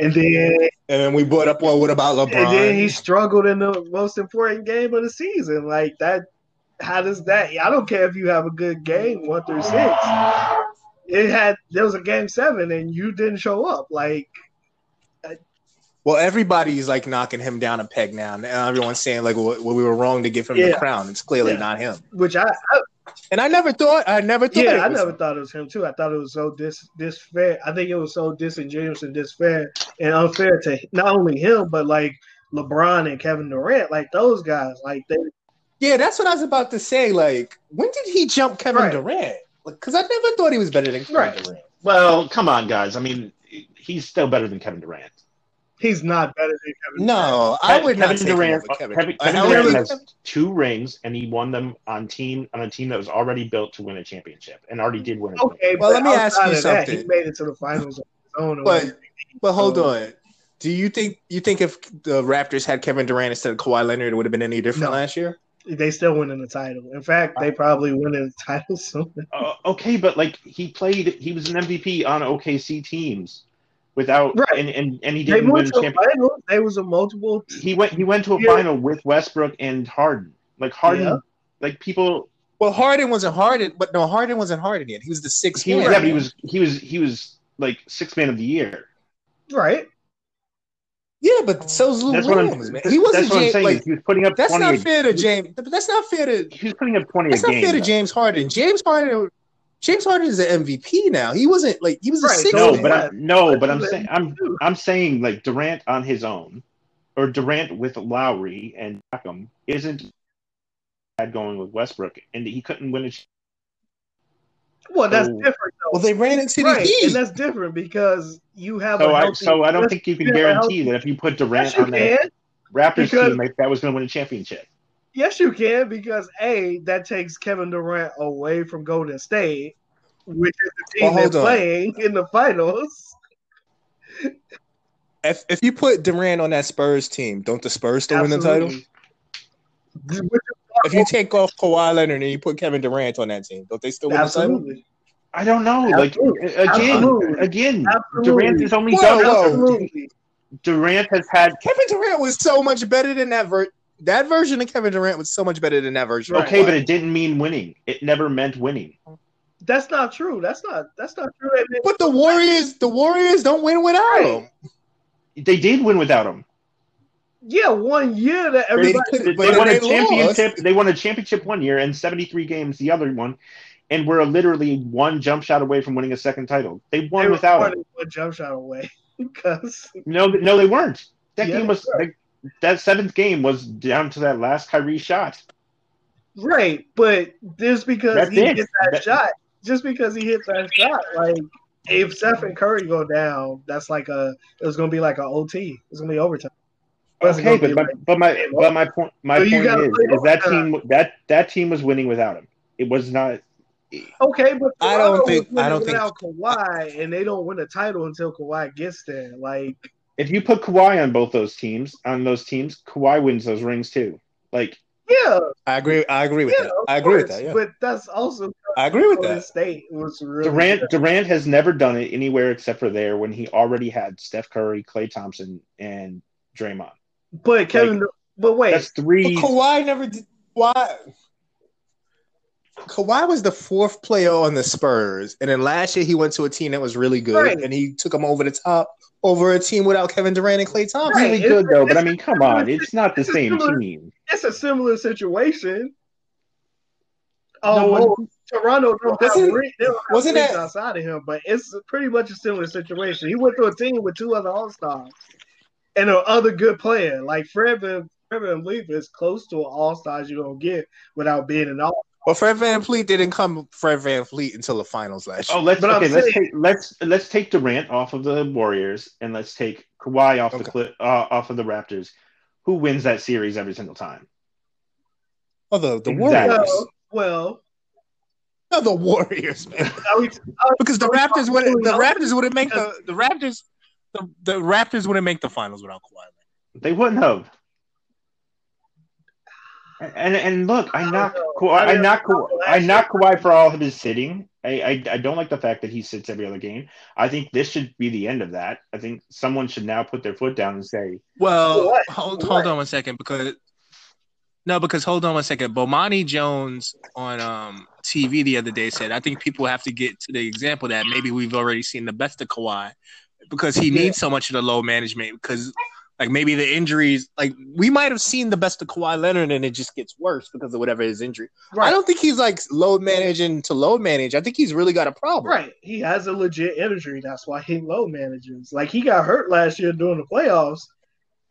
and then And then we brought up well, what about And then he LeBron? struggled in the most important game of the season. Like that, how does that? I don't care if you have a good game one through six. It had there was a game seven and you didn't show up. Like Well, everybody's like knocking him down a peg now, and everyone's saying like, well, well, we were wrong to give him the Yeah. crown. It's clearly Yeah. not him. which I, I And I never thought, I never thought, yeah it I was never him. thought it was him too. I thought it was so dis disfair. I think it was so disingenuous and disfair and unfair to not only him but like LeBron and Kevin Durant. Like those guys. Like they Yeah, that's what I was about to say. Like, when did he jump Kevin Right. Durant? Because I never thought he was better than Kevin Right. Durant. Well, come on, guys. I mean, he's still better than Kevin Durant. he's not better than Kevin. No, I would Kevin not Durant. take Durant, him over Kevin. Kevin, I Kevin would- Durant has two rings, and he won them on team on a team that was already built to win a championship, and already did win. A Okay, Well, let but me ask outside you of that, he something. made it to the finals on his own. and But- won. But hold Um, on. Do you think you think if the Raptors had Kevin Durant instead of Kawhi Leonard, it would have been any different No. last year? they still winning the title. In fact, they probably winning the title soon. Uh, okay, but like he played, he was an MVP on OKC teams without, Right. and and, and he They didn't win went a to a championship. final. They was a multiple. He went, he went to a Yeah. final with Westbrook and Harden. Like Harden, Yeah. like people. Well, Harden wasn't Harden, but no, Harden wasn't Harden yet. He was the sixth He, man. Yeah, but he was, he was, he was like sixth man of the year. Right. Yeah, but so was Lou That's what I'm. Williams, man. He that's wasn't what I'm James. saying. Like, he was putting up that's twenty. not a- fair to James. But that's not fair to. He was putting up twenty That's a not game. fair to though. James Harden. James Harden. James Harden is an MVP now. He wasn't like he was a Right, sixth. No, man. but I, no, but I'm But- saying I'm I'm saying like Durant on his own, or Durant with Lowry and Beckham isn't bad going with Westbrook, and he couldn't win a ch- Well, that's So- Oh. different. well, they ran into the Right, and Heat. that's different because you have. So a I healthy- so I don't think you can yeah, guarantee that if you put Yes, Durant you on that can. Raptors Because- team, like, that was going to win a championship. Yes, you can because a that takes Kevin Durant away from Golden State, which is the team Well, hold they're on. playing in the finals. If, if you put Durant on that Spurs team, don't the Spurs still win the title? Absolutely. Which If you take off Kawhi Leonard and you put Kevin Durant on that team, don't they still win the title? Absolutely. I don't know. Like Absolutely. again, Absolutely. again, Absolutely. Durant is only Whoa, done. whoa. Absolutely. Durant has had Kevin Durant was so much better than that ver- that version of Kevin Durant was so much better than that version. of okay, Kawhi. but it didn't mean winning. It never meant winning. That's not true. That's not that's not true. That man- But the Warriors, the Warriors don't win without Right. him. They did win without him. Yeah, one year that They, everybody couldn't- they, but they won a lost. championship. They won a championship one year and 73 games the other one, and were literally one jump shot away from winning a second title. They they won were without it. running one jump shot away because No, th- no, they weren't. That Yeah, game they was that, that seventh game was down to that last Kyrie shot. right, but just because That's he it. hits that, That- shot, just because he hits that shot, like if Stephen Curry go down, that's like a it was gonna be like an OT. It's gonna be overtime. That's Okay, gonna but, be but like- but my but my point my So you point gotta is, play is that overtime. team that that team was winning without him. It was not. okay, but I don't Toronto think- was I don't winning without Kawhi, and they don't win a title until Kawhi gets there. Like If you put Kawhi on both those teams, on those teams, Kawhi wins those rings too. Like yeah, I agree. I agree with yeah, that. of I agree with course, that. Yeah, But that's also I agree with Golden that. State was really Durant good. Durant has never done it anywhere except for there when he already had Steph Curry, Klay Thompson, and Draymond. But Kevin, but wait, That's But three. Kawhi never did. Why? Kawhi was the fourth player on the Spurs, and then last year he went to a team that was really good, Right. and he took them over the top over a team without Kevin Durant and Klay Thompson. really Right, good it's- though, but I it's- mean, come on, it's not the it's same similar. team. it's a similar situation. No Oh, one- Toronto don't Wasn't- have, ring, they don't have wasn't rings that- outside of him, but it's pretty much a similar situation. He went to a team with two other All Stars and an other good player. Like Fred Van Fred Van Leaf is close to an All Stars you don't get without being an All. Well, Fred Van Fleet didn't come Fred Van Fleet until the finals last year. Oh, let's But I'm okay. Let's saying- take let's let's take Durant off of the Warriors and let's take Kawhi off the Okay. clip uh, off of the Raptors. Who wins that series every single time? Oh, the, the Exactly. Warriors. Well, well, No, the Warriors, man. are we- Because the Raptors would the Raptors wouldn't make the the Raptors the, the Raptors wouldn't make the finals without Kawhi. They wouldn't have. And and, and look, I knock know. Kawhi. I, I mean, knock Kawhi. I actually- knock Kawhi for all of his sitting. I, I I don't like the fact that he sits every other game. I think this should be the end of that. I think someone should now put their foot down and say, Well, What? hold What? hold on one second because no, because hold on one second. Bomani Jones on um, TV the other day said, "I think people have to get to the example that maybe we've already seen the best of Kawhi because he Yeah. needs so much of the low management because." Like maybe the injuries, like we might have seen the best of Kawhi Leonard, and it just gets worse because of whatever his injury. I right, don't think he's like load managing to load manage. I think he's really got a problem. right. He has a legit injury. That's why he low manages. Like he got hurt last year during the playoffs,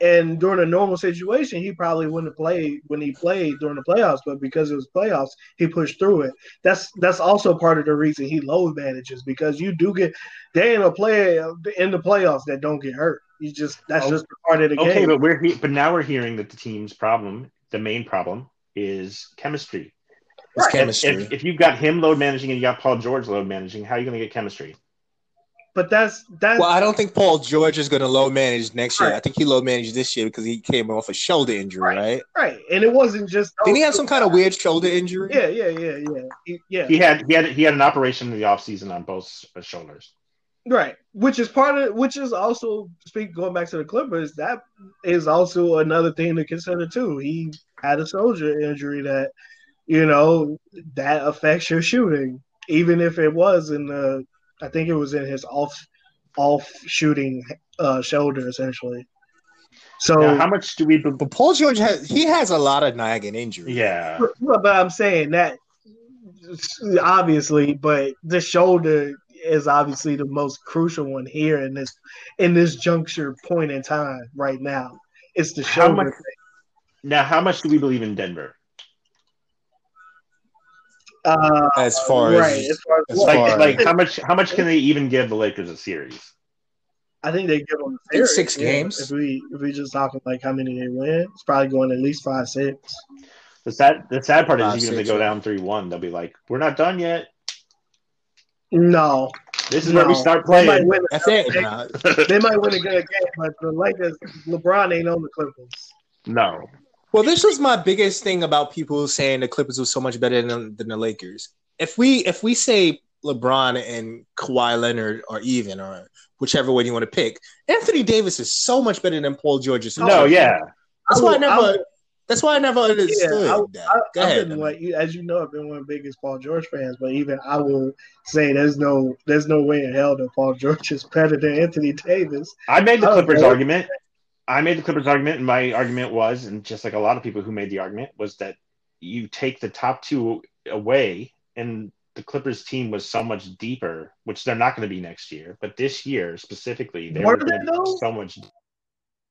and during a normal situation, he probably wouldn't have played when he played during the playoffs. But because it was playoffs, he pushed through it. That's that's also part of the reason he low manages because you do get they ain't a player in the playoffs that don't get hurt. You just that's Oh. just part of the "Okay, game. but we're he- but now we're hearing that the team's problem, the main problem, is chemistry. It's Right. chemistry. If, if you've got him load managing and you got Paul George load managing, how are you going to get chemistry? But that's that's Well, I don't think Paul George is going to low manage next year. Right. I think he low managed this year because he came off a shoulder injury, Right. right? right. And it wasn't just Didn't he have some kind of weird shoulder injury? Yeah, yeah, yeah, yeah, He- yeah. He had he had he had an operation in the offseason on both s- uh, shoulders. Right, which is part of, which is also speak going back to the Clippers. That is also another thing to consider too. He had a soldier injury that, you know, that affects your shooting, even if it was in the, I think it was in his off, off shooting uh, shoulder essentially. So, Now, how much do we? be- But Paul George has he has a lot of nagging injuries. Yeah, but, but I'm saying that obviously, but the shoulder is obviously the most crucial one here in this in this juncture point in time right now. It's the How shoulder. much- Now, how much do we believe in Denver? uh, As far right, as as far as as what- Like, far- like how much? How much can they even give the Lakers a series? I think they give them a I think series, six yeah. games. If we if we just talking like how many they win, it's probably going at least five six. The sad, the sad part is Five, even if six, they go yeah. down three one, they'll be like, "We're not done yet. No, This is no. where we start They might playing." win. that's it. Nah, They might win a good game, but the Lakers, LeBron ain't on the Clippers. no, Well, this was my biggest thing about people saying the Clippers was so much better than, than the Lakers. If we if we say LeBron and Kawhi Leonard are even, or whichever one you want to pick, Anthony Davis is so much better than Paul George. is. no, yeah. That's why I never. would- that's why I never understood Yeah, I- that. I, Go I've ahead. been like, as you know, I've been one of the biggest Paul George fans, but even I will say there's no there's no way in hell that Paul George is better than Anthony Davis. I made the Oh, Clippers boy. argument. I made the Clippers argument, and my argument was, and just like a lot of people who made the argument, was that you take the top two away, and the Clippers team was so much deeper, which they're not going to be next year. But this year specifically, they Were were they, going to though? be so much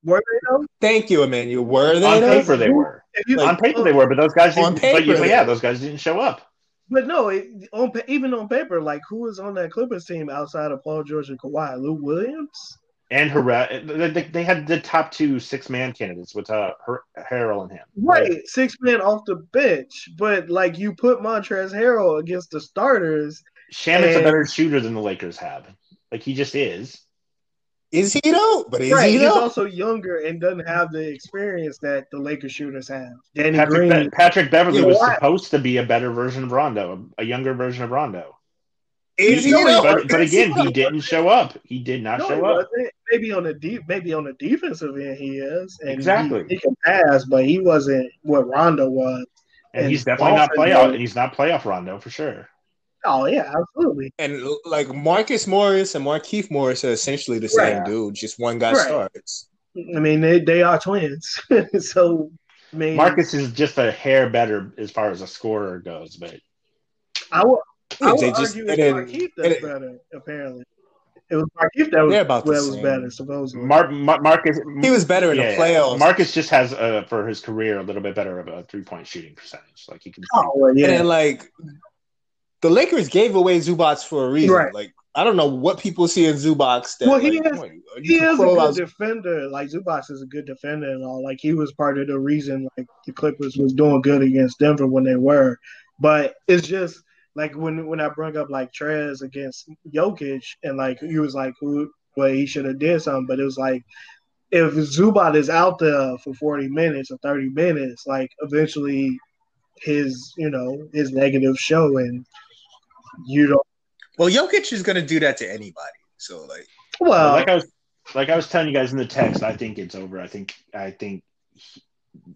Were they though? Thank you, Emmanuel. Were they? on though? paper they were. If you- on paper they were, but those guys On didn't. But paper. you, yeah, those guys didn't show up. But no, it, on pa- even on paper, like who is on that Clippers team outside of Paul George and Kawhi? Lou Williams? And Harrell, they- they, they had the top two six man candidates with uh, Har- Harrell and him. Right, six men off the bench, but like you put Montrez Harrell against the starters. Shannon's And- a better shooter than the Lakers have. Like he just is. Is he though? But is right, he he's though? also younger and doesn't have the experience that the Lakers shooters have. Danny Patrick, Green, Be- Patrick Beverly Yeah, was why? supposed to be a better version of Rondo, a younger version of Rondo. is he No, though? But, but Is he again, he though? didn't show up. He did not No, he show up. wasn't. Maybe on the deep, maybe on the defensive end he is, and Exactly. he, he can pass, but he wasn't what Rondo was. And And he's definitely not Boston playoff. did. And he's not playoff Rondo for sure. Oh yeah, absolutely. and like Marcus Morris and Markeith Morris are essentially the same Right. dude. Just one guy Right. starts. I mean, they, they are twins, so I mean, Marcus is just a hair better as far as a scorer goes, but I would, I Yeah, would they argue just that didn't- they Marquise does didn't- better apparently. It was Marquise that was, They're about the that was same. better, supposedly. Mar- Mar- Marcus He was better in yeah, the playoffs. Marcus just has uh, for his career a little bit better of a three point shooting percentage. Like he can. oh, well, And yeah. then, like, the Lakers gave away Zubats for a reason. Right. Like, I don't know what people see in Zubats. That, Well, he like, is- come on, you He can is a crawl good out- defender. Like Zubac is a good defender and all. Like he was part of the reason like the Clippers was doing good against Denver when they were. But it's just like when when I bring up like Trez against Jokic and like he was like who well he should have did something, but it was like if Zubat is out there for forty minutes or thirty minutes, like eventually his you know his negative show and you don't Well, Jokic is going to do that to anybody. So, like, well like I was, like I was telling you guys in the text, I think it's over. I think, I think he-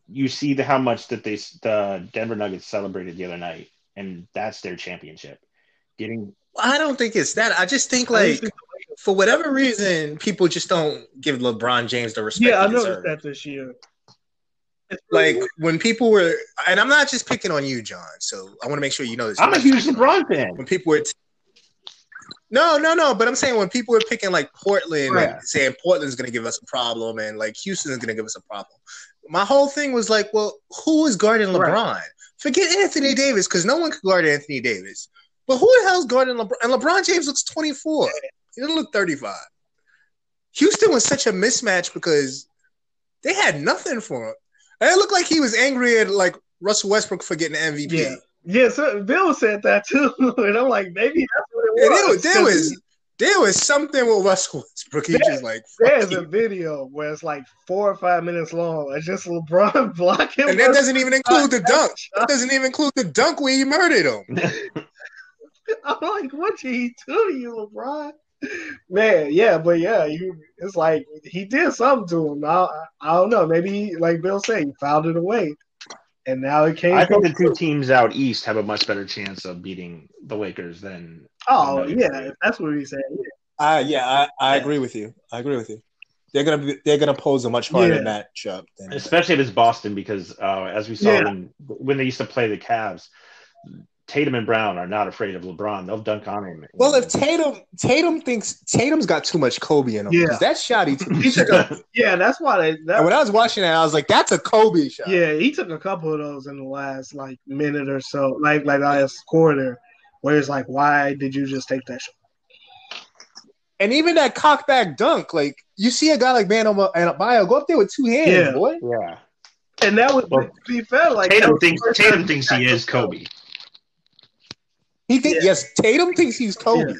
you see the, how much that they the Denver Nuggets celebrated the other night, and that's their championship. Getting I don't think it's that. I just think, like, for whatever reason, people just don't give LeBron James the respect. yeah I he noticed deserves. that this year. It's really Like when people were, and I'm not just picking on you, John. So I want to make sure you know this. I'm a huge LeBron fan. When people were, t- no, no, no. But I'm saying when people were picking like Portland, Right. and saying Portland's going to give us a problem, and like Houston's going to give us a problem. My whole thing was like, well, who is guarding LeBron? Right. Forget Anthony Davis because no one could guard Anthony Davis. But who the hell's guarding LeBron? And LeBron James looks 24. He doesn't look 35. Houston was such a mismatch because they had nothing for him. And it looked like he was angry at like Russell Westbrook for getting the MVP. Yeah. Yeah, so Bill said that too, and I'm like, maybe that's what Yeah, it there, was. was, there was there was something with Russell Westbrook. He just like fuck there's a you. video where it's like four or five minutes long. It's just LeBron blocking. and that doesn't even include the Westbrook's dunk. That shot. doesn't even include the dunk where he murdered him. I'm like, what did he do to you, LeBron? Man, yeah, but yeah, you. It's like he did something to him. I, I don't know. Maybe he, like Bill said, he found it away, and now it came. I think the two teams out east have a much better chance of beating the Lakers than oh yeah, if that's what he said. yeah. Uh, yeah, I, I Yeah. agree with you. I agree with you. They're gonna be, they're gonna pose a much harder matchup. Than especially if it's Boston, because uh, as we saw Yeah. when when they used to play the Cavs, Tatum and Brown are not afraid of LeBron. They'll dunk on him. well, if Tatum Tatum thinks Tatum's got too much Kobe in him, Yeah. because that shot he took. He took a, yeah, that's why they. That, And when I was watching that, I was like, "That's a Kobe shot." Yeah, he took a couple of those in the last like minute or so, like like last quarter, where it's like, why did you just take that shot? And even that cockback dunk, like you see a guy like Man Adebayo go up there with two hands, Yeah. boy. yeah, And that was Well, to be fair, like that Tatum was the thinks first Tatum time- thinks he is Kobe. He think Yeah. yes, Tatum thinks he's Kobe. Yeah.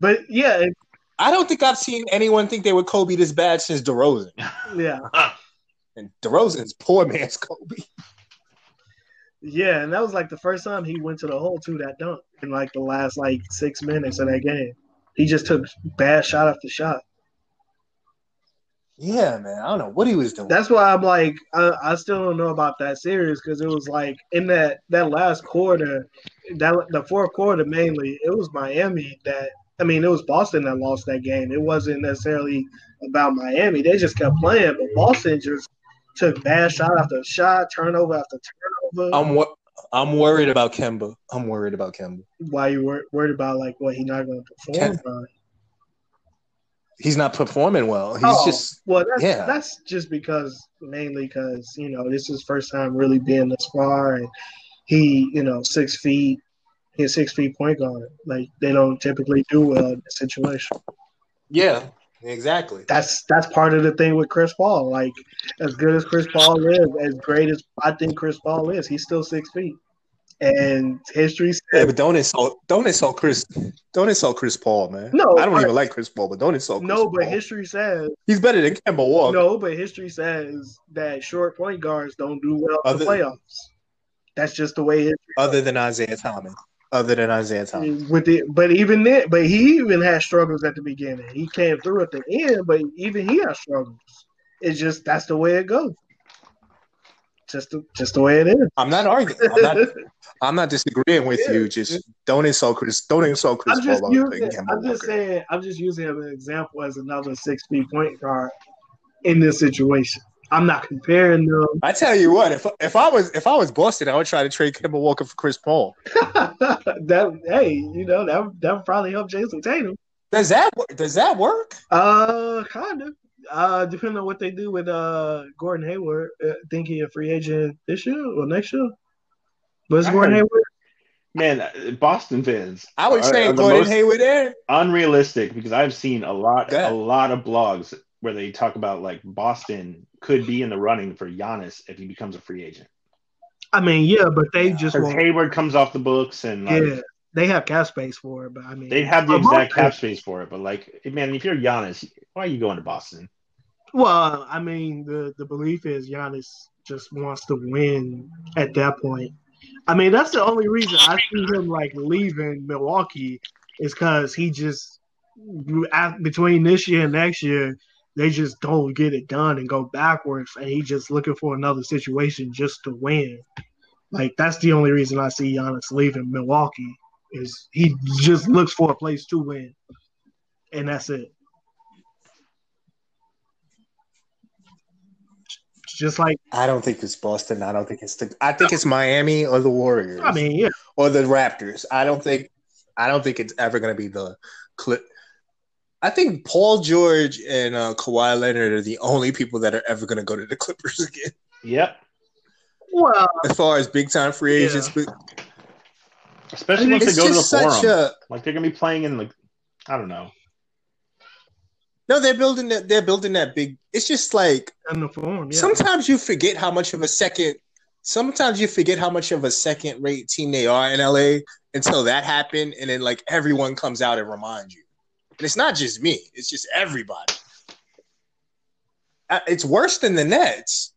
But yeah, it- I don't think I've seen anyone think they were Kobe this bad since DeRozan. yeah, And DeRozan's poor man's Kobe. yeah, and that was like the first time he went to the hole too. That dunk in like the last like six minutes of that game, he just took bad shot after shot. Yeah, man. I don't know what he was doing. That's why I'm like, I, I still don't know about that series because it was like in that that last quarter, that the fourth quarter mainly, it was Miami that I mean, it was Boston that lost that game. It wasn't necessarily about Miami. They just kept playing, but Boston just took bad shot after shot, turnover after turnover. I'm wor- I'm worried about Kemba. I'm worried about Kemba. why you were worried about like what he not going to perform? Ken- bro. He's not performing well. He's Oh, just well. That's, yeah. that's just because mainly because you know this is his first time really being this far, and he you know six feet, he's six feet point guard. Like they don't typically do well in that situation. yeah, exactly. That's that's part of the thing with Chris Paul. Like as good as Chris Paul is, as great as I think Chris Paul is, he's still six feet, and history Yeah, says but don't insult don't insult Chris don't insult Chris Paul, man. No, I don't I- even like Chris Paul, but don't insult Chris no, but Paul. history says he's better than Kemba Walker. No, but history says that short point guards don't do well in the Other- playoffs. That's just the way it Other than Isaiah Thomas. Other than Isaiah Thomas. with it. But even then, but he even had struggles at the beginning. He came through at the end, but even he has struggles. It's just that's the way it goes. Just the, just the way it is. I'm not arguing. I'm not I'm not disagreeing with Yeah. you. Just don't insult Chris. Don't insult Chris I'm just Paul. about using. playing Kemba I'm just Walker. saying. I'm just using him as an example as another six feet point guard in this situation. I'm not comparing them. I tell you what, if if I was if I was Boston, I would try to trade Kemba Walker for Chris Paul. that hey, you know that that would probably help Jason Tatum. Does that wor- does that work? Uh, kind of. Uh, depending on what they do with uh Gordon Hayward, uh, think he a free agent this year or next year. But it's I Gordon heard- Hayward. Man, uh, Boston fans. I would are- say are the Gordon most Hayward there. unrealistic because I've seen a lot, Go ahead. a lot of blogs where they talk about like Boston could be in the running for Giannis if he becomes a free agent. I mean, yeah, but they just Because won't. Hayward comes off the books and like Yeah, they have cap space for it, but I mean, they'd have the Well, exact Boston- cap space for it. But like, man, if you're Giannis, why are you going to Boston? well, I mean, the the belief is Giannis just wants to win at that point. I mean, that's the only reason I see him like leaving Milwaukee is because he just af- between this year and next year they just don't get it done and go backwards, and he just looking for another situation just to win. Like that's the only reason I see Giannis leaving Milwaukee is he just looks for a place to win, and that's it. Just like I don't think it's Boston. I don't think it's the. I think it's Miami or the Warriors. I mean, yeah, or the Raptors. I don't think. I don't think it's ever going to be the clip. I think Paul George and uh, Kawhi Leonard are the only people that are ever going to go to the Clippers again, Yep. well, as far as big time free Yeah. agents. But Especially once it's they go to the just such forum. a Like they're gonna be playing in like, I don't know. no. They're building that. They're building that big. It's just like in the form, yeah. sometimes you forget how much of a second. Sometimes you forget how much of a second rate team they are in LA until that happened, and then like everyone comes out and reminds you. And it's not just me; it's just everybody. I- It's worse than the Nets.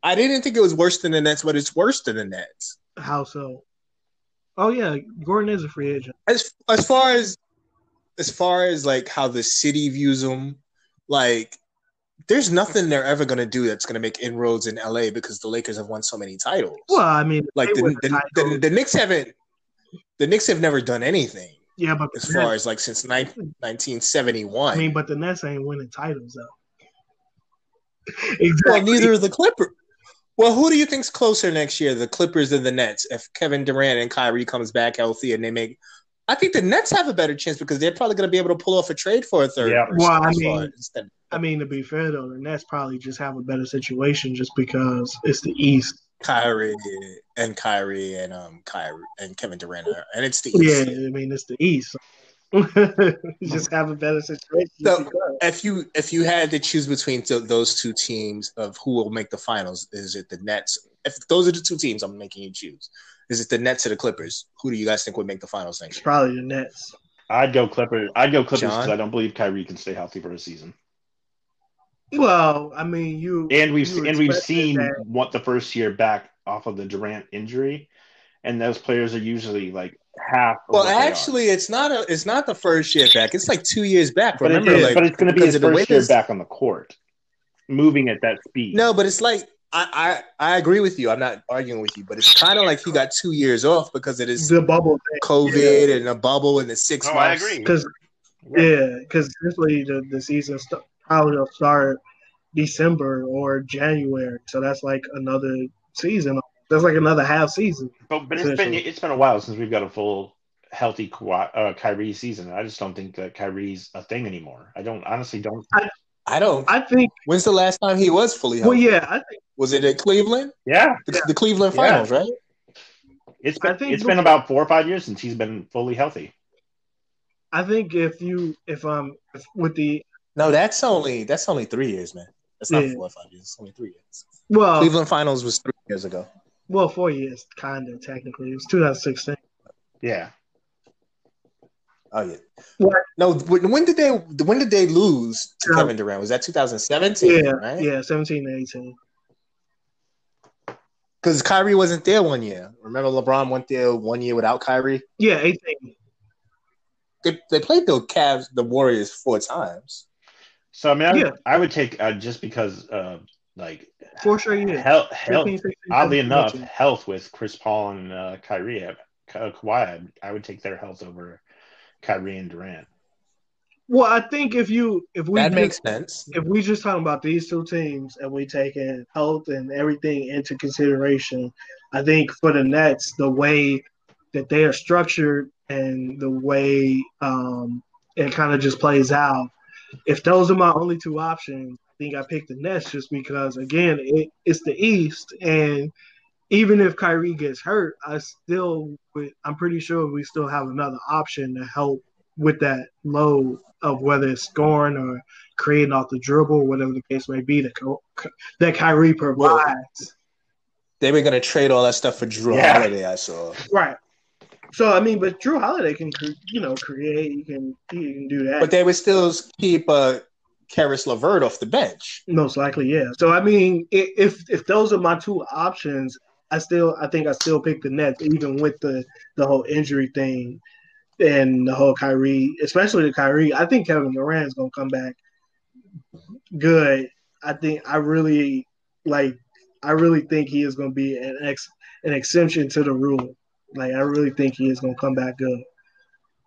I didn't think it was worse than the Nets, but it's worse than the Nets. How so? Oh yeah, Gordon is a free agent. as as far as as far as like how the city views them, like there's nothing they're ever gonna do that's gonna make inroads in LA because the Lakers have won so many titles. Well, I mean, like they the win the, the, titles. the Knicks haven't the Knicks have never done anything yeah, but as the far Nets, as like since nine- 1971. I mean, but the Nets ain't winning titles though. exactly. well, neither are the Clippers. Well, who do you think's closer next year, the Clippers or the Nets? If Kevin Durant and Kyrie comes back healthy and they make, I think the Nets have a better chance because they're probably going to be able to pull off a trade for a third. Yeah. person Well, I as mean- far as the- I mean, to be fair though, the Nets probably just have a better situation just because it's the East. Kyrie and Kyrie and um Kyrie and Kevin Durant, are- and it's the Yeah, East. I mean, it's the East. just have a better situation. Mm-hmm. So- because- If you if you had to choose between th- those two teams of who will make the finals, is it the Nets? If those are the two teams, I'm making you choose. Is it the Nets or the Clippers? Who do you guys think would make the finals next it's year? probably the Nets. I'd go Clippers. I'd go Clippers John? because I don't believe Kyrie can stay healthy for a season. Well, I mean, you And we've you and we've expected seen that. what the first year back off of the Durant injury, and those players are usually like half. Of Well, what they are. actually, it's not a it's not the first year back. It's like two years back. but, Remember, it is, like but it's going to be his because of the way first year this- back on the court, moving at that speed. No, but it's like I, I I agree with you. I'm not arguing with you, but it's kind of like he got two years off because of this the bubble thing. COVID and the bubble and the six No, months. Because Yeah. yeah, because essentially the, the season st- probably will start December or January, so that's like another season. That's like another half season. But but it's been Essentially. it's been a while since we've got a full healthy Kawhi, uh, Kyrie season. I just don't think that Kyrie's a thing anymore. I don't honestly don't. I don't. I think. When's the last time he was fully healthy? Well, yeah, I think Was it at Cleveland? Yeah, The, Yeah. the Cleveland Yeah. Finals, right? it's I been think it's before- been about four or five years since he's been fully healthy. I think if you if um if with the No, that's only that's only three years, man. That's not Yeah. four or five years. It's only three years. well Cleveland Finals was three years ago. well four years kind of technically it was 2016. Yeah, Oh yeah. What? No, when, when did they when did they lose to Yeah. Kevin Durant? Was that 2017? Um, Yeah, right? yeah, 17 to 18. Because Kyrie wasn't there one year. Remember, LeBron went there one year without Kyrie. Yeah, 18. They, they played the Cavs, the Warriors four times. so I mean, I, would- Yeah. I would take uh, just because uh, like Four straight years. hell, hell 15, 16, oddly 17, enough 18. health with Chris Paul and uh, Kyrie, uh, Kawhi. I would take their health over Kyrie and Durant. Well, I think if you if we that just- makes sense. if we just talking about these two teams and we taking health and everything into consideration, I think for the Nets, the way that they are structured and the way um, and kind of just plays out. If those are my only two options, I think I picked the Nets just because, again, it, it's the East, and even if Kyrie gets hurt, I still, would- I'm pretty sure we still have another option to help with that load of whether it's scoring or creating off the dribble, whatever the case may be, that Ky- that Kyrie provides. They were gonna trade all that stuff for Drew Yeah. Holiday. I saw. Right. So I mean, but Drew Holiday can cre- you know create, he can he can do that. But they would still keep uh, Karis LeVert off the bench. Most likely, yeah. So I mean, i- if if those are my two options, I still I think I still pick the Nets, even with the the whole injury thing and the whole Kyrie, especially the Kyrie. I think Kevin Durant's gonna come back good. I think I really like. I really think he is gonna be an ex an exception to the rule. Like I really think he is gonna come back good.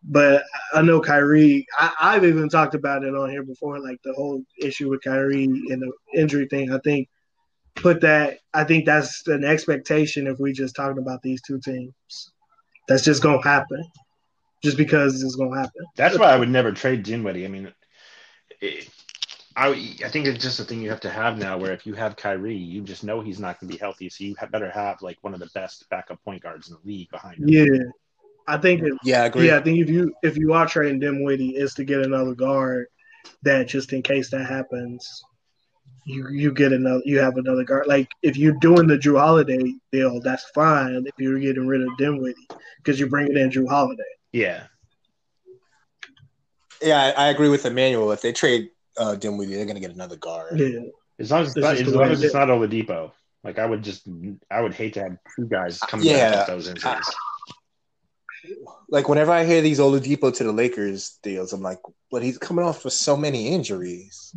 But I know Kyrie. I, I've even talked about it on here before, like the whole issue with Kyrie and the injury thing. I think put that. I think that's an expectation if we just talking about these two teams. That's just gonna happen, just because it's gonna happen. That's why I would never trade Dinwiddie. I mean, it, I I think it's just a thing you have to have now, where if you have Kyrie, you just know he's not going to be healthy, so you ha- better have like one of the best backup point guards in the league behind him. Yeah, I think it, Yeah, I agree. yeah, I think if you if you are trading Dimwitty, is to get another guard that just in case that happens, you you get another you have another guard. Like if you're doing the Drew Holiday deal, that's fine. If you're getting rid of Dimwitty because you're bringing in Drew Holiday, Yeah, Yeah, I, I agree with Emmanuel. If they trade uh, Dinwiddie, they're gonna get another guard. yeah, as long as it's This not, is as the way long it as it's is. not Oladipo. Like I would just, I would hate to have two guys coming Yeah. back with those injuries. Like whenever I hear these Oladipo to the Lakers deals, I'm like, but he's coming off with so many injuries.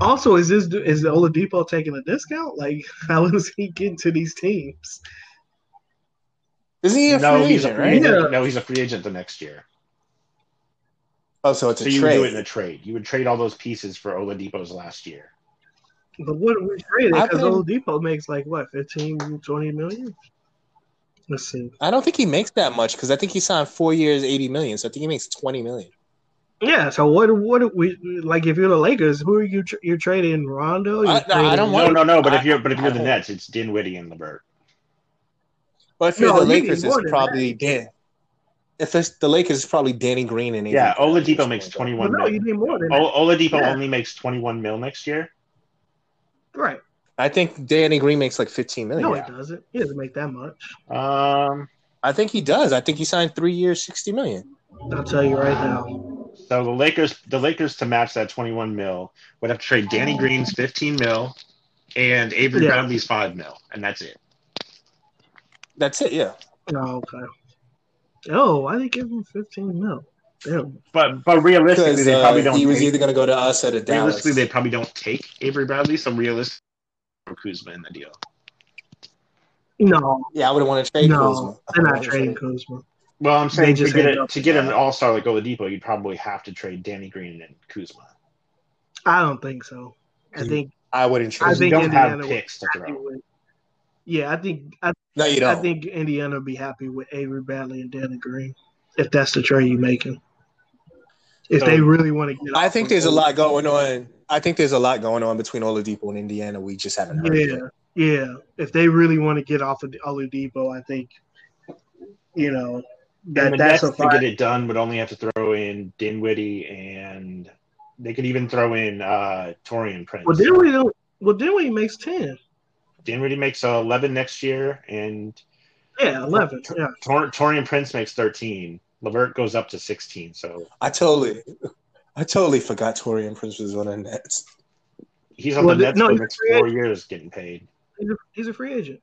Also, is this is Oladipo taking a discount? Like, how is he getting to these teams? Isn't he a no, free he's a agent? free Right? agent. Yeah. No, he's a free agent the next year. Oh, so it's So a you would do it in trade. a trade. You would trade all those pieces for Oladipo's last year. But what are we trading? I Because think- Oladipo makes like what 15, 20 million. Let's see. I don't think he makes that much because I think he signed four years, eighty million. So I think he makes twenty million. Yeah. So what? What are we like? If you're the Lakers, who are you? Tr- you're trading Rondo. You're I- no, I trading- don't want- No, What? no, no. But I- if you're but if you're the I- Nets, it's Dinwiddie and LeVert. But if you're No, the you need Lakers, more it's than probably Dan. If it's the Lakers, it's probably Danny Green and AD. Yeah, Oladipo makes twenty Well, one. no, you need more Oh. than that. O- Oladipo Yeah. only makes 21 mil next year. right. I think Danny Green makes like fifteen million. No, he doesn't. He doesn't make that much. Um, I think he does. I think he signed three years, sixty million. I'll tell you right now. so the Lakers, the Lakers to match that 21 mil would have to trade Oh. Danny Green's 15 mil and Avery Yeah. Bradley's 5 mil, and that's it. That's it. Yeah. Oh, okay. Oh, why they give him fifteen mil? Damn. But but realistically, Because uh, they probably he don't. was Take, either going to go to us or to Dallas. realistically, they probably don't take Avery Bradley. So realistically, or Kuzma in the deal. No, yeah, I wouldn't want to trade no, Kuzma. they're not trading Kuzma. Well, I'm They saying to just get end a, up to with get an that. All Star like Oladipo, you'd probably have to trade Danny Green and Kuzma. I don't think so. I You- think I wouldn't I trade. you think don't Indiana have would- picks to throw. yeah, I think I, no, you I don't. think Indiana would be happy with Avery Bradley and Danny Green if that's the trade you're making. If So- they really want to get, I off think of there's a Oladipo. lot going on. I think there's a lot going on between Oladipo and Indiana. We just haven't heard. Yeah, yet. yeah. If they really want to get off of Oladipo, I think you know And that the Nets that's a to five. get it done would only have to throw in Dinwiddie and they could even throw in uh, Torian Prince. Well, then we don't. Well, then we makes ten. Dinwiddie makes uh, 11 next year, and Yeah, eleven. Yeah, Tor- Torian Prince makes 13. Levert goes up to 16. So I totally, I totally forgot Torian Prince was on the Nets. he's on Well, the the- Nets no, for the he's next free four years getting paid. he's a, he's a free agent.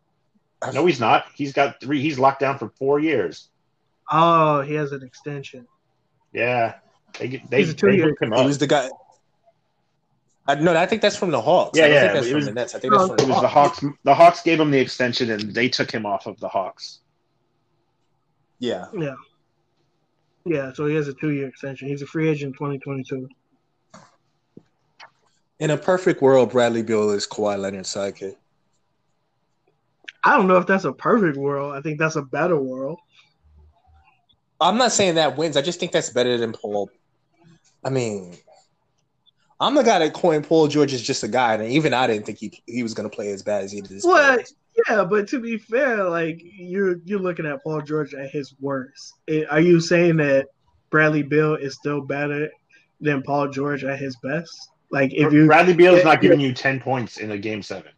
No, he's not. He's got three. He's locked down for four years. Oh, he has an extension. Yeah. They, get- they, He's a they two-year- hooked him He up. was the guy. I, no, I think that's from the Hawks. Yeah, I don't yeah, think that's it from was- the Nets. I think that's No, from It was the Hawks. The Hawks gave him the extension, and they took him off of the Hawks. Yeah, Yeah, yeah. So he has a two-year extension. He's a free agent, twenty twenty-two. in a perfect world, Bradley Beal is Kawhi Leonard's sidekick. I don't know if that's a perfect world. I think that's a better world. I'm not saying that wins. I just think that's better than Paul. I mean, I'm the guy that coined Paul George is just a guy, and even I didn't think he he was going to play as bad as he did. This Well, play. yeah, but to be fair, like you're you're looking at Paul George at his worst. It- are you saying that Bradley Bill is still better than Paul George at his best? Like if you, Bradley Beal's if not you- giving you ten points in a game seven.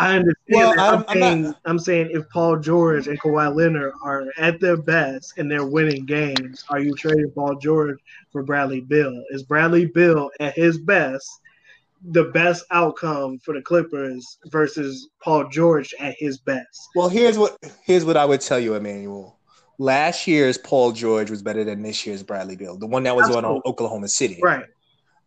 I understand. Well, that. I'm, I'm- I'm saying, not- I'm saying if Paul George and Kawhi Leonard are at their best and they're winning games, are you trading Paul George for Bradley Bill? Is Bradley Bill at his best the best outcome for the Clippers versus Paul George at his best? Well, here's what here's what I would tell you, Emmanuel. Last year's Paul George was better than this year's Bradley Beal, the one that was on Absolutely. Oklahoma City. Right.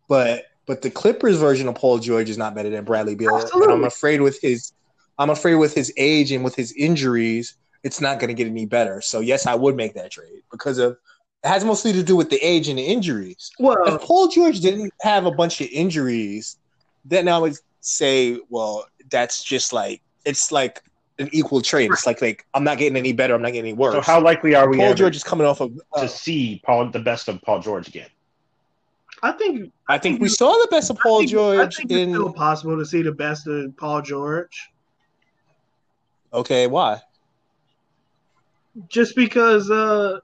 But but the Clippers version of Paul George is not better than Bradley Beal. And I'm Absolutely. afraid with his I'm afraid with his age and with his injuries, it's not going to get any better. So yes, I would make that trade because of it has mostly to do with the age and the injuries. Well, If Paul George didn't have a bunch of injuries, then I would say, well, that's just like it's like an equal trade. It's like like I'm not getting any better. I'm not getting any worse. So how likely are we Paul ever George is coming off of? uh, to see Paul the best of Paul George again? I think I think we saw the best of I Paul think- I George think it's still in. possible to see the best of Paul George Okay, why? just because, uh,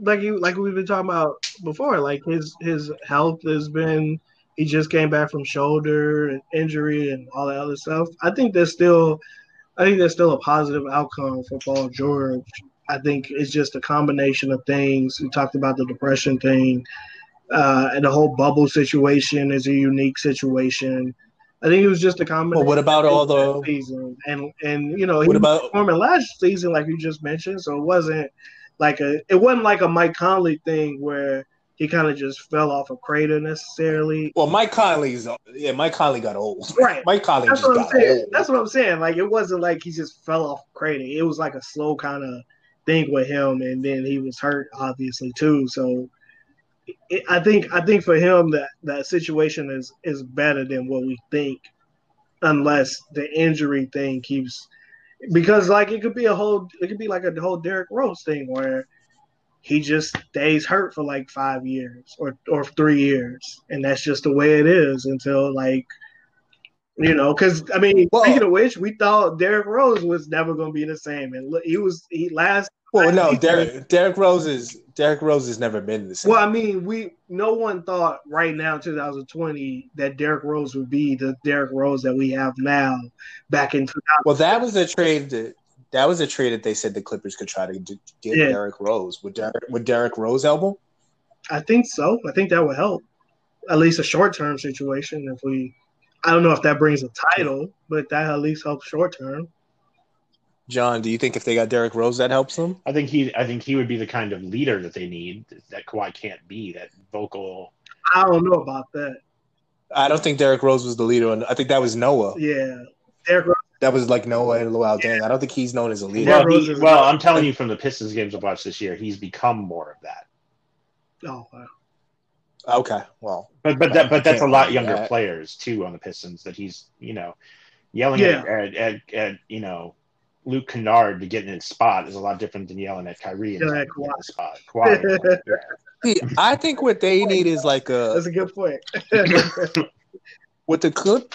like you, like we've been talking about before, like his his health has been. He just came back from shoulder and injury and all that other stuff. I think there's still, I think there's still a positive outcome for Paul George. I think it's just a combination of things. We talked about the depression thing, uh, and the whole bubble situation is a unique situation. I think it was just a combination. Well, what about all last the? season, and and you know he What was about? performing last season, like you just mentioned. So it wasn't like a it wasn't like a Mike Conley thing where he kind of just fell off a crater necessarily. Well, Mike Conley's. Yeah, Mike Conley got old. Right. Mike Conley That's just what I'm got saying. old. That's what I'm saying. Like it wasn't like he just fell off a crater. It was like a slow kind of thing with him, and then he was hurt obviously too. So. it- I think I think for him that that situation is is better than what we think, unless the injury thing keeps because like it could be a whole it could be like a whole Derrick Rose thing where he just stays hurt for like five years or or three years, and that's just the way it is until like you know because I mean Well- speaking of which we thought Derrick Rose was never going to be the same, and look, he was he last Well, Oh, no, Derek, Derek Rose is Derek Rose has never been the same. Well, I mean, we no one thought right now, 2020, that Derrick Rose would be the Derrick Rose that we have now. Back in 2000. Well, that was a trade that that was a trade that they said the Clippers could try to d- get Yeah. Derrick Rose. Would Derrick would Derrick Rose elbow? I think so. I think that would help, at least a short term situation. If we, I don't know if that brings a title, but that at least helps short term. John, do you think if they got Derrick Rose that helps them? I think he I think he would be the kind of leader that they need that Kawhi can't be, that vocal I don't know about that. I don't think Derrick Rose was the leader. and I think that was Noah. Yeah, Derrick Rose. That was like Noah and Luau Dang. I don't think he's known as a leader. Yeah, well, Rose he- is- well, I'm telling you from the Pistons games I've watched this year, he's become more of that. Oh, wow. Okay, well, But but I that but that's a can't lot argue younger that. players too on the Pistons that he's you know yelling Yeah. at, at, at at you know Luke Kennard to get in his spot is a lot different than yelling at Kyrie and Yeah, trying to get in his spot. Kawhi, yeah. see, I think what they need is like a that's a good point. what the clip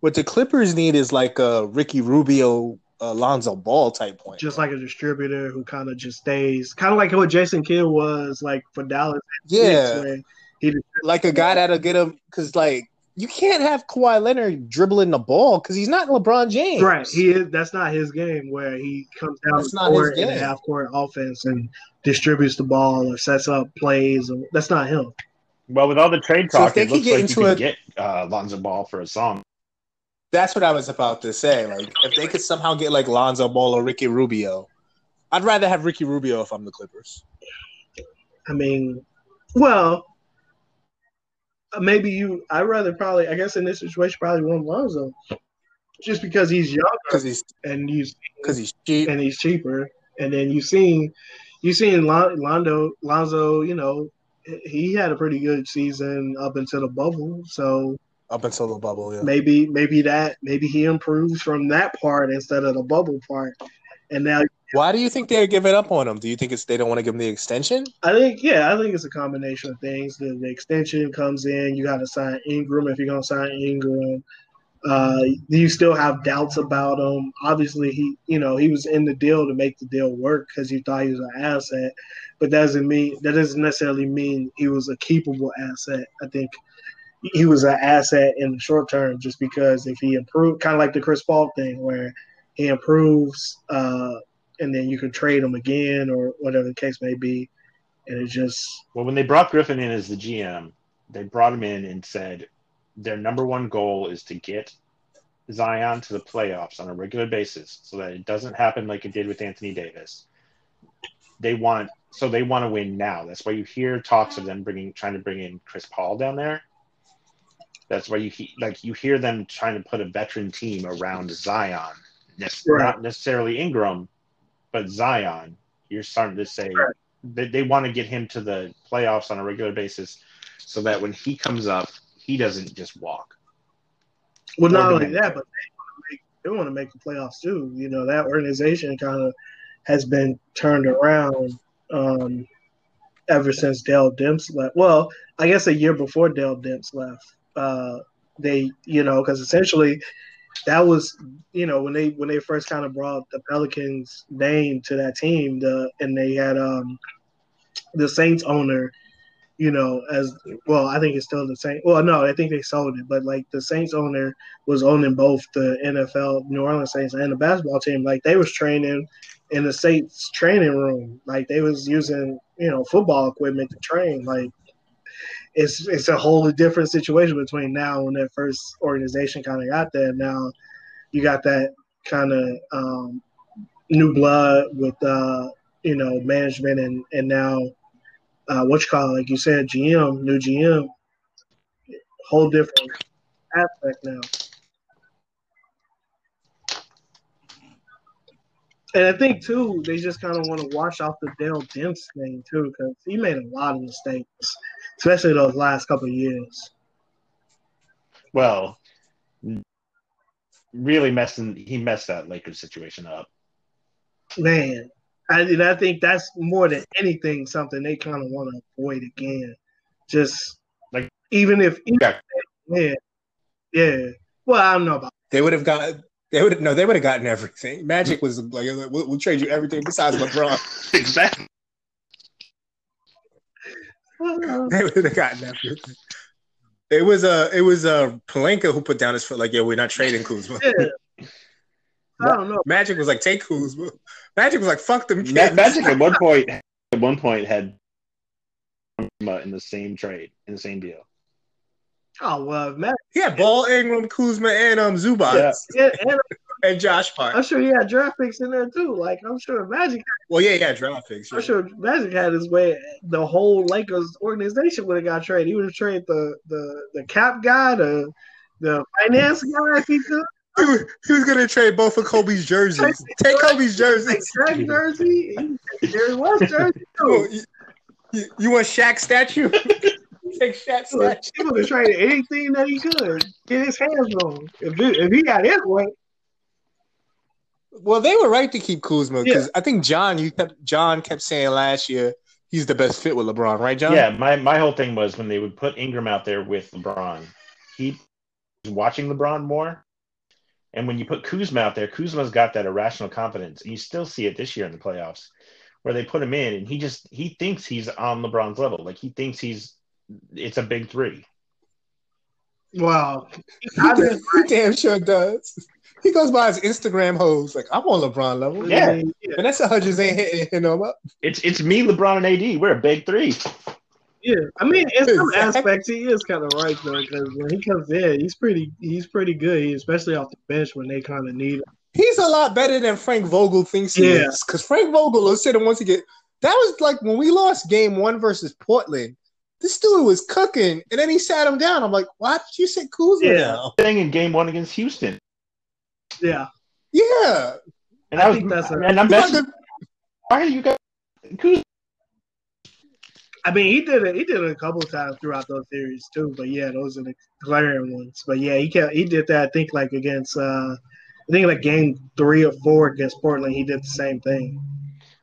what the Clippers need is like a Ricky Rubio, Alonzo Ball type point. just like a distributor who kind of just stays, kind of like what Jason Kidd was like for Dallas. yeah, when like a guy that'll get him because like you can't have Kawhi Leonard dribbling the ball because he's not LeBron James. Right. He is that's not his game where he comes down That's the not his court in a game. half court offense and distributes the ball or sets up plays or, that's not him. Well, with all the trade So if talk, they it could looks get like you into can a- get uh, Lonzo Ball for a song. That's what I was about to say. Like if they could somehow get like Lonzo Ball or Ricky Rubio, I'd rather have Ricky Rubio if I'm the Clippers. I mean well uh, maybe you I'd rather probably I guess in this situation probably want Lonzo. um, Just because he's younger because he's and you because he's cheap. and he's cheaper. And then you've seen you've seen Lon- Londo Lonzo, you know, he had a pretty good season up until the bubble. So up until the bubble. Yeah. maybe maybe that maybe he improves from that part instead of the bubble part And now Why do you think they're giving up on him? Do you think it's they don't want to give him the extension? I think, yeah, I think it's a combination of things. The, the extension comes in. You got to sign Ingram if you're going to sign Ingram. Uh, you still have doubts about him. Obviously, he, you know, he was in the deal to make the deal work because he thought he was an asset, but that doesn't mean that doesn't necessarily mean he was a keepable asset. I think he was an asset in the short term just because if he improved, kind of like the Chris Paul thing, where he improves, uh, and then you can trade him again or whatever the case may be, and it just Well, when they brought Griffin in as the GM, they brought him in and said their number one goal is to get Zion to the playoffs on a regular basis so that it doesn't happen like it did with Anthony Davis. They want so they want to win now. That's why you hear talks of them bringing trying to bring in Chris Paul down there. That's why you he, like you hear them trying to put a veteran team around Zion, Ne- Right. not necessarily Ingram, but Zion. You're starting to say Right. they, they want to get him to the playoffs on a regular basis so that when he comes up, he doesn't just walk. Well, Or not do only they- that, but they want to make they want to make the playoffs too. You know that organization kind of has been turned around um, ever since Dell Demps left. Well, I guess a year before Dell Demps left, uh, they you know because essentially that was you know when they when they first kind of brought the Pelicans name to that team, the and they had um, the Saints owner you know, as well. I think it's still the same. Well, no, I think they sold it, but like the Saints owner was owning both the NFL New Orleans Saints and the basketball team. Like they was training in the Saints training room. Like they was using you know football equipment to train. Like it's it's a whole different situation between now when that first organization kind of got there. Now you got that kind of um, new blood with uh, you know management and and now uh, what you call it, like you said, GM, new GM, whole different aspect now. And I think too, they just kind of want to wash off the Dale Demps thing too, because he made a lot of mistakes, especially those last couple of years. Well, really messing he messed that Lakers situation up. Man, I and I think that's more than anything something they kind of want to avoid again. Just Like- even if Yeah. yeah, yeah. Well, I don't know about They would have got they would no they would have gotten everything. Magic was like we'll, we'll trade you everything besides LeBron. Exactly. they would have gotten everything. It was a it was a Palenka who put down his foot like yeah we're not trading Kuzma. Yeah. I don't know. Magic was like take Kuzma. Magic was like fuck them. Ma- kids." Magic at one point at one point had Kuzma in the same trade in the same deal. Oh well, Matt. Yeah, Ball Ingram, Kuzma, and um Zubac Yeah. Yeah, and and Josh Park. I'm sure he had draft picks in there too. Like I'm sure Magic, Well, yeah, yeah, draft picks. I'm yeah. sure Magic had his way. The whole Lakers organization would have got traded. He would have traded the the the cap guy, the the finance guy. If he could He was, he was gonna trade both of Kobe's jerseys. Take Kobe's like jerseys. Shaq jersey, he could take Jerry West jersey Oh, too. you, you, you want Shaq statue? Take Shaq He would- statue. He would have traded anything that he could get his hands on. If it, if he got his way, Well, they were right to keep Kuzma because I think John, you kept John kept saying last year he's the best fit with LeBron, right, John? Yeah, my, my whole thing was when they would put Ingram out there with LeBron, he was watching LeBron more. And when you put Kuzma out there, Kuzma's got that irrational confidence. And you still see it this year in the playoffs where they put him in and he just he thinks he's on LeBron's level. Like he thinks he's it's a big three. wow, he, damn, he damn sure does. He goes by his Instagram hoes like I'm on LeBron level. Yeah. yeah, Vanessa Hudgens ain't hitting hitting him up. It's it's me, LeBron, and AD. We're a big three. Yeah, I mean, in some Exactly. aspects, he is kind of right though, because when he comes in, he's pretty, he's pretty good, he- especially off the bench when they kind of need him. He's a lot better than Frank Vogel thinks he Yeah. is. Because Frank Vogel will sit and once he get that was like when we lost game one versus Portland. This dude was cooking, and then he sat him down. I'm like, why did you sit Kuzma Yeah. down? Thing in game one against Houston. Yeah, Yeah. And I I, was think that's a- and I'm He messing, wasn't- why are you guys Kuzma I mean, he did it. He did it a couple of times throughout those series too. But yeah, those are the glaring ones. But yeah, he kept, he did that. I think like against uh I think like game three or four against Portland, he did the same thing.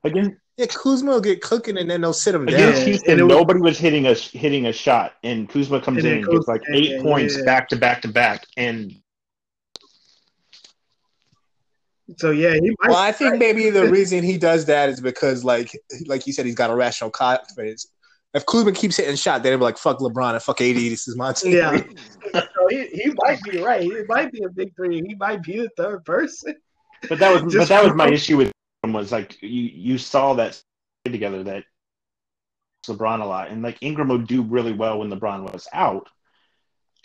Again, Yeah, Kuzma will get cooking and then they'll sit him down. against Yeah, Houston, and it was- nobody was hitting a hitting a shot, and Kuzma comes And in then and gets Kuzma- like eight yeah, points yeah. back to back to back, and So yeah, he might. Well, I think maybe the reason he does that is because, like, like you said, he's got a rational confidence. If Kuzma keeps hitting shot, then they're like, "Fuck LeBron and fuck AD. This is my team." Yeah. so he, he might be right. He might be a big three. He might be the third person. But that was but Just- that was my issue with him was like you you saw that together that LeBron a lot and like Ingram would do really well when LeBron was out,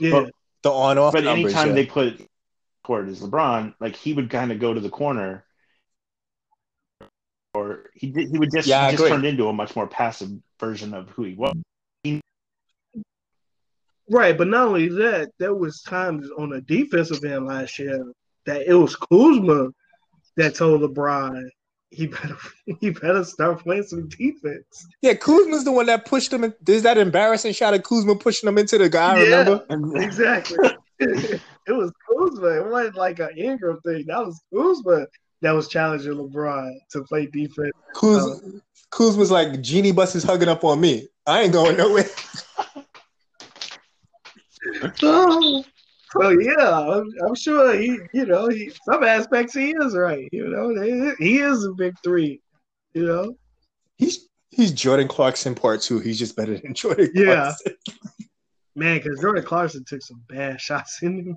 Yeah, But- The on-off but numbers. anytime yeah. they put court as LeBron, like he would kind of go to the corner, or he did, he would just Yeah, I he just agree. turned into a much more passive version of who he was. right. But not only that, there was times on the defensive end last year that it was Kuzma that told LeBron he better he better start playing some defense. yeah, Kuzma's the one that pushed him. In, there's that embarrassing shot of Kuzma pushing him into the guy. I Yeah. Remember? And Exactly. it was Kuzma. It wasn't like an Ingram thing. That was Kuzma that was challenging LeBron to play defense. Kuz, Oh. Kuz was like, "Genie Bus is hugging up on me. I ain't going nowhere." So, so yeah, I'm, I'm sure he, you know, he, some aspects he is right. You know, They- he is a big three. You know, He's he's Jordan Clarkson part two. He's just better than Jordan. Yeah. Clarkson. man, because Jordan Clarkson took some bad shots in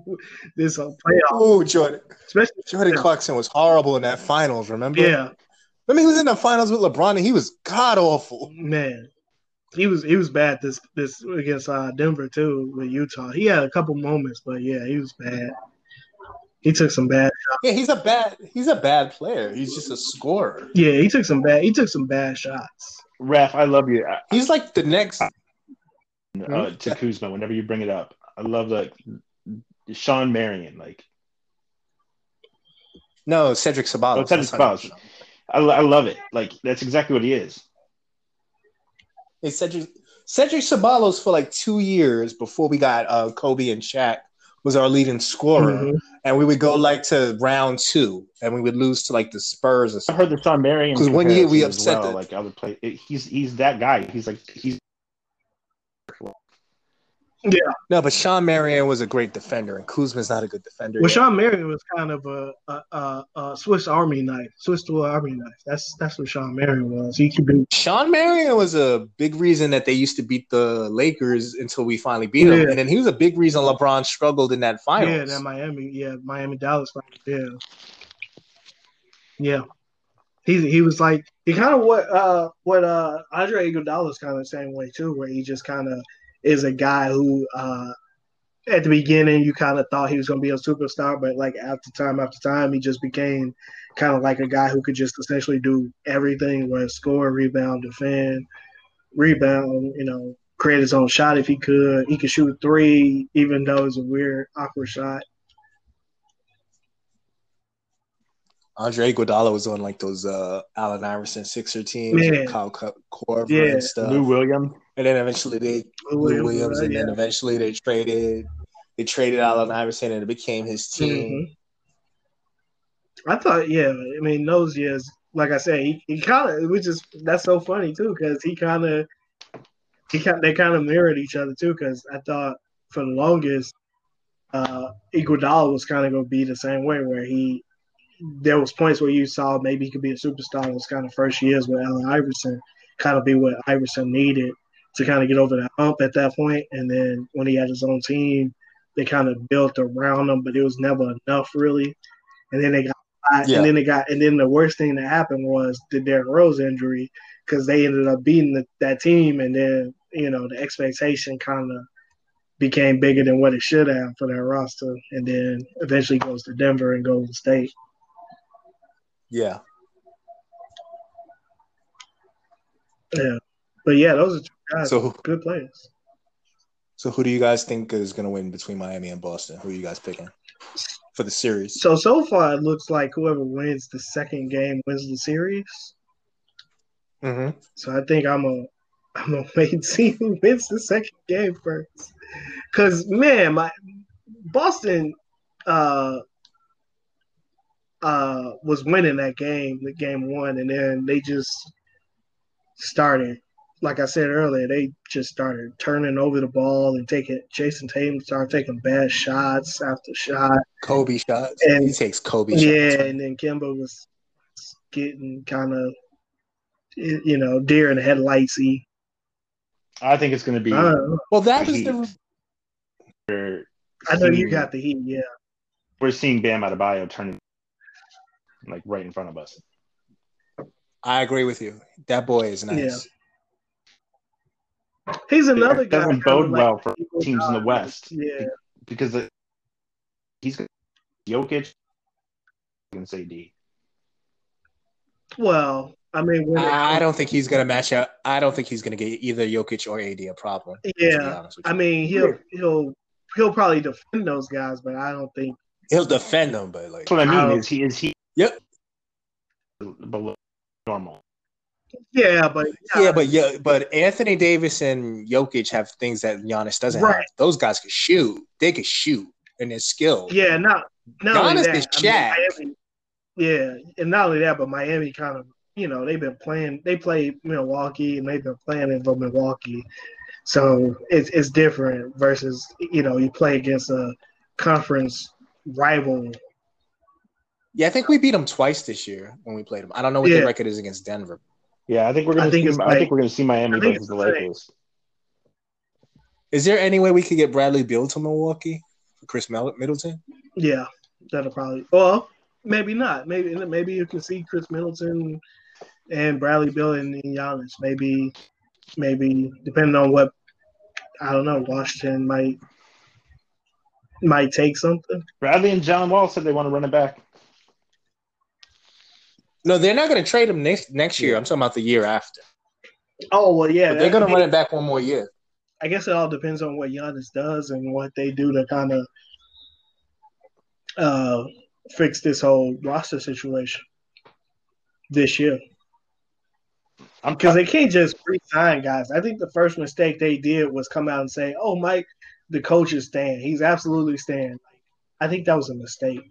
this whole playoff, Oh, Jordan. especially. Jordan Yeah. Clarkson was horrible in that finals. Remember? Yeah, I mean, he was in the finals with LeBron and he was god awful. man, he was he was bad this this against uh, Denver too with Utah. He had a couple moments, but yeah, he was bad. He took some bad. Yeah, he's a bad he's a bad player. He's just a scorer. Yeah, he took some bad. He took some bad shots. Raf, I love you uh, He's like the next Mm-hmm. uh, to Kuzma whenever you bring it up. I love like Sean Marion. Like no Cedric Sabalos. Oh, Cedric That's how- Sabalos. I, I love it. Like that's exactly what he is. It's Cedric Cedric Sabalos for like two years before we got uh, Kobe and Shaq was our leading scorer, Mhm. and we would go like to round two, and we would lose to like the Spurs or I heard something. the Sean Marion 'Cause one year we comparison as upset well, the- like other play. it- He's he's that guy. He's like he's No, but Sean Marion was a great defender, and Kuzma's not a good defender. Well, yet. Sean Marion was kind of a, a, a, a Swiss Army knife, Swiss tool Army knife. That's that's what Sean Marion was. He could be Sean Marion was a big reason that they used to beat the Lakers until we finally beat them, Yeah. and then he was a big reason LeBron struggled in that finals. yeah, that Miami, yeah, Miami Dallas, finals, yeah, yeah. He he was like he kind of what uh what uh Andre Iguodala's kind of the same way too, where he just kind of is a guy who uh at the beginning you kind of thought he was gonna be a superstar, but like after time after time he just became kind of like a guy who could just essentially do everything, where score, rebound, defend, rebound, you know, create his own shot if he could. He could shoot a three, even though it's a weird, awkward shot. Andre Iguodala was on like those uh, Allen Iverson Sixer teams, Yeah. Kyle C- Korver Yeah. uh, and stuff, Lou Williams. and then eventually they Lou Williams, and then eventually they traded. They traded Allen Iverson, and it became his team. Mhm. Mm-hmm. I thought, yeah, I mean, those years, like I said, he, he kind of, which is, that's so funny too, because he kind of, he kind, they kind of mirrored each other too, because I thought for the longest, uh, Iguodala was kind of going to be the same way, where he, there was points where you saw maybe he could be a superstar in his kind of first years with Allen Iverson, kind of be what Iverson needed to kind of get over that hump at that point, and then when he had his own team, they kind of built around them, but it was never enough really. And then they got, Yeah. and then they got, and then the worst thing that happened was the Derrick Rose injury because they ended up beating the, that team, and then you know the expectation kind of became bigger than what it should have for that roster, and then eventually goes to Denver and Golden State. Yeah, Yeah, but yeah, those are two guys, So- good players. So who do you guys think is going to win between Miami and Boston? Who are you guys picking for the series? So so far, it looks like whoever wins the second game wins the series. Mm-hmm. So I think I'm a I'm a wait see who wins the second game first. Cause man, my Boston uh uh, was winning that game, the game one, and then they just started. Like I said earlier, they just started turning over the ball and taking. Jason Tatum started taking bad shots after shot. Kobe shots. And- he takes Kobe Yeah, shots. and then Kimba was getting kind of, you know, deer in the headlightsy. I think it's going to be. I, don't know. Well, that was Heat. the we're I know you seeing- got the heat. Yeah, We're seeing Bam Adebayo turning like right in front of us. I agree with you. That boy is nice. Yeah. he's another It guy. doesn't kinda bode like- well for teams in the West Yeah, because it, he's gonna- Jokic and say D. well, I mean, when it- I I don't think he's gonna match up. I don't think he's gonna get either Jokic or AD a problem. to be yeah. honest with I you. mean, he'll he'll he'll probably defend those guys, but I don't think. he'll defend them, but like, That's what I mean. I'll- Is he is he Yep. below normal? Yeah, but yeah, but yeah, but Anthony Davis and Jokic have things that Giannis doesn't Right. have. Those guys can shoot. They can shoot, and they're skilled. yeah, not not only Giannis that. is I Shaq. mean, Miami, yeah, and not only that, but Miami kind of you know they've been playing. They played Milwaukee, and they've been playing in Milwaukee, so it's it's different versus you know you play against a conference rival. Yeah, I think we beat them twice this year when we played them. I don't know what Yeah. the record is against Denver. Yeah, I think we're I gonna. think see, it's I like- think we're gonna see Miami I think versus it's the the same. Lakers. Is there any way we could get Bradley Beal to Milwaukee for Chris Mel- Middleton? Yeah, that'll probably. Well, maybe not. Maybe maybe you can see Chris Middleton and Bradley Bill and Giannis. Maybe maybe depending on what I don't know, Washington might might take something. Bradley and John Wall said they want to run it back. No, they're not going to trade him next next year. I'm talking about the year after. Oh well, yeah. But they're going that- to run it back one more year. I guess it all depends on what Giannis does and what they do to kind of uh, fix this whole roster situation this year. I'm because they can't just resign guys. I think the first mistake they did was come out and say, "Oh, Mike, the coach is staying. He's absolutely staying." I think that was a mistake.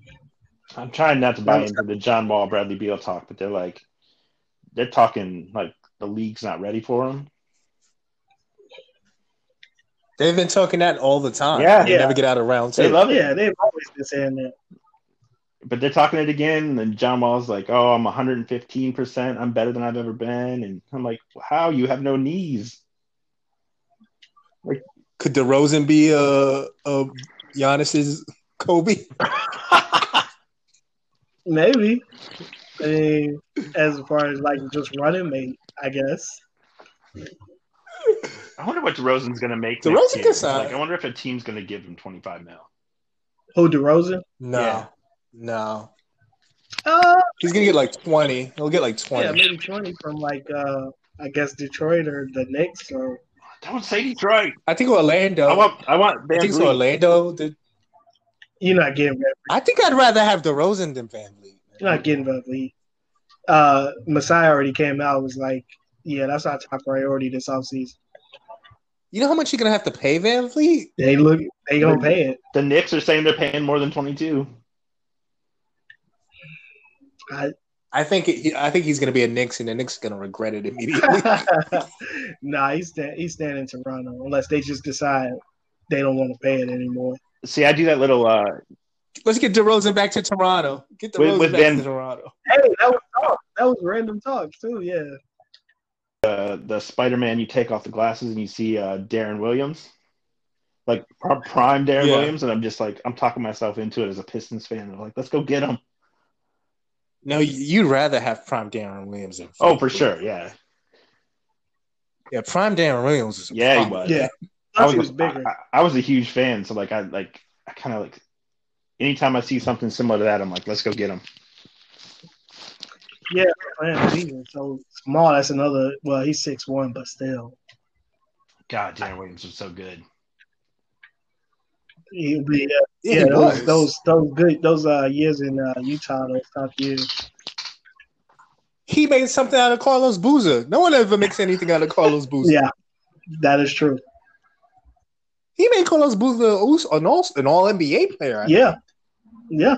I'm trying not to buy into the John Wall Bradley Beal talk, but they're like they're talking like the league's not ready for him. They've been talking that all the time. Yeah. they Yeah. never get out of round two. They love it. Yeah, they've always been saying that. but they're talking it again. And John Wall's like, "Oh, I'm 115 percent. I'm better than I've ever been." And I'm like, "How? You have no knees?" Could DeRozan be uh, uh Giannis's Kobe? Maybe. I mean, as far as like just running mate, I guess. I wonder what DeRozan's gonna make. DeRozan next year. gets, uh, Like, I wonder if a team's gonna give him 25 mil. Who DeRozan? No, Yeah. no. Uh, He's gonna get like twenty. He'll get like twenty. yeah, maybe twenty from like uh, I guess Detroit or the Knicks or Don't say Detroit. I think Orlando. I I, want. I want. Van think it's Vliet. Orlando. The- you're not getting rid- I think I'd rather have DeRozan than Van Vliet. you're not getting Van Vliet. Uh, Masai already came out and was like, yeah, that's our top priority this offseason. You know how much you're gonna have to pay Van Vliet? They look. They gonna pay it. The Knicks are saying they're paying more than 22. I think it, I think he's gonna be a Knicks, and the Knicks are gonna regret it immediately. nah, he's sta- he's staying in Toronto unless they just decide they don't want to pay it anymore. See, I do that little. uh Let's get DeRozan back to Toronto. Get With- DeRozan with back Van- to Toronto. Hey, that was talk. That was random talk too. Yeah. uh, the Spider-Man, you take off the glasses and you see uh, Darren Williams, like pr- prime Darren Yeah. Williams, and I'm just like I'm talking myself into it as a Pistons fan. I'm like, let's go get him. No, you- you'd rather have Prime Darren Williams. Than Oh, for sure, yeah, Yeah, Prime Darren Williams is a yeah, he problem. was. Yeah. I Plus was, he was a, bigger. I, I was a huge fan, so like I like I kind of like anytime I see something similar to that, I'm like, let's go get him. Man, he was so small. That's another. Well, he's six one, but still, God, Darren Williams was so good. he'll be. uh, Yeah, Yeah, he those, was. those those good those uh years in uh, Utah, those top years. He made something out of Carlos Boozer. No one ever makes anything out of Carlos Boozer. Yeah, that is true. He made Carlos Boozer an all an all NBA player. Yeah, yeah.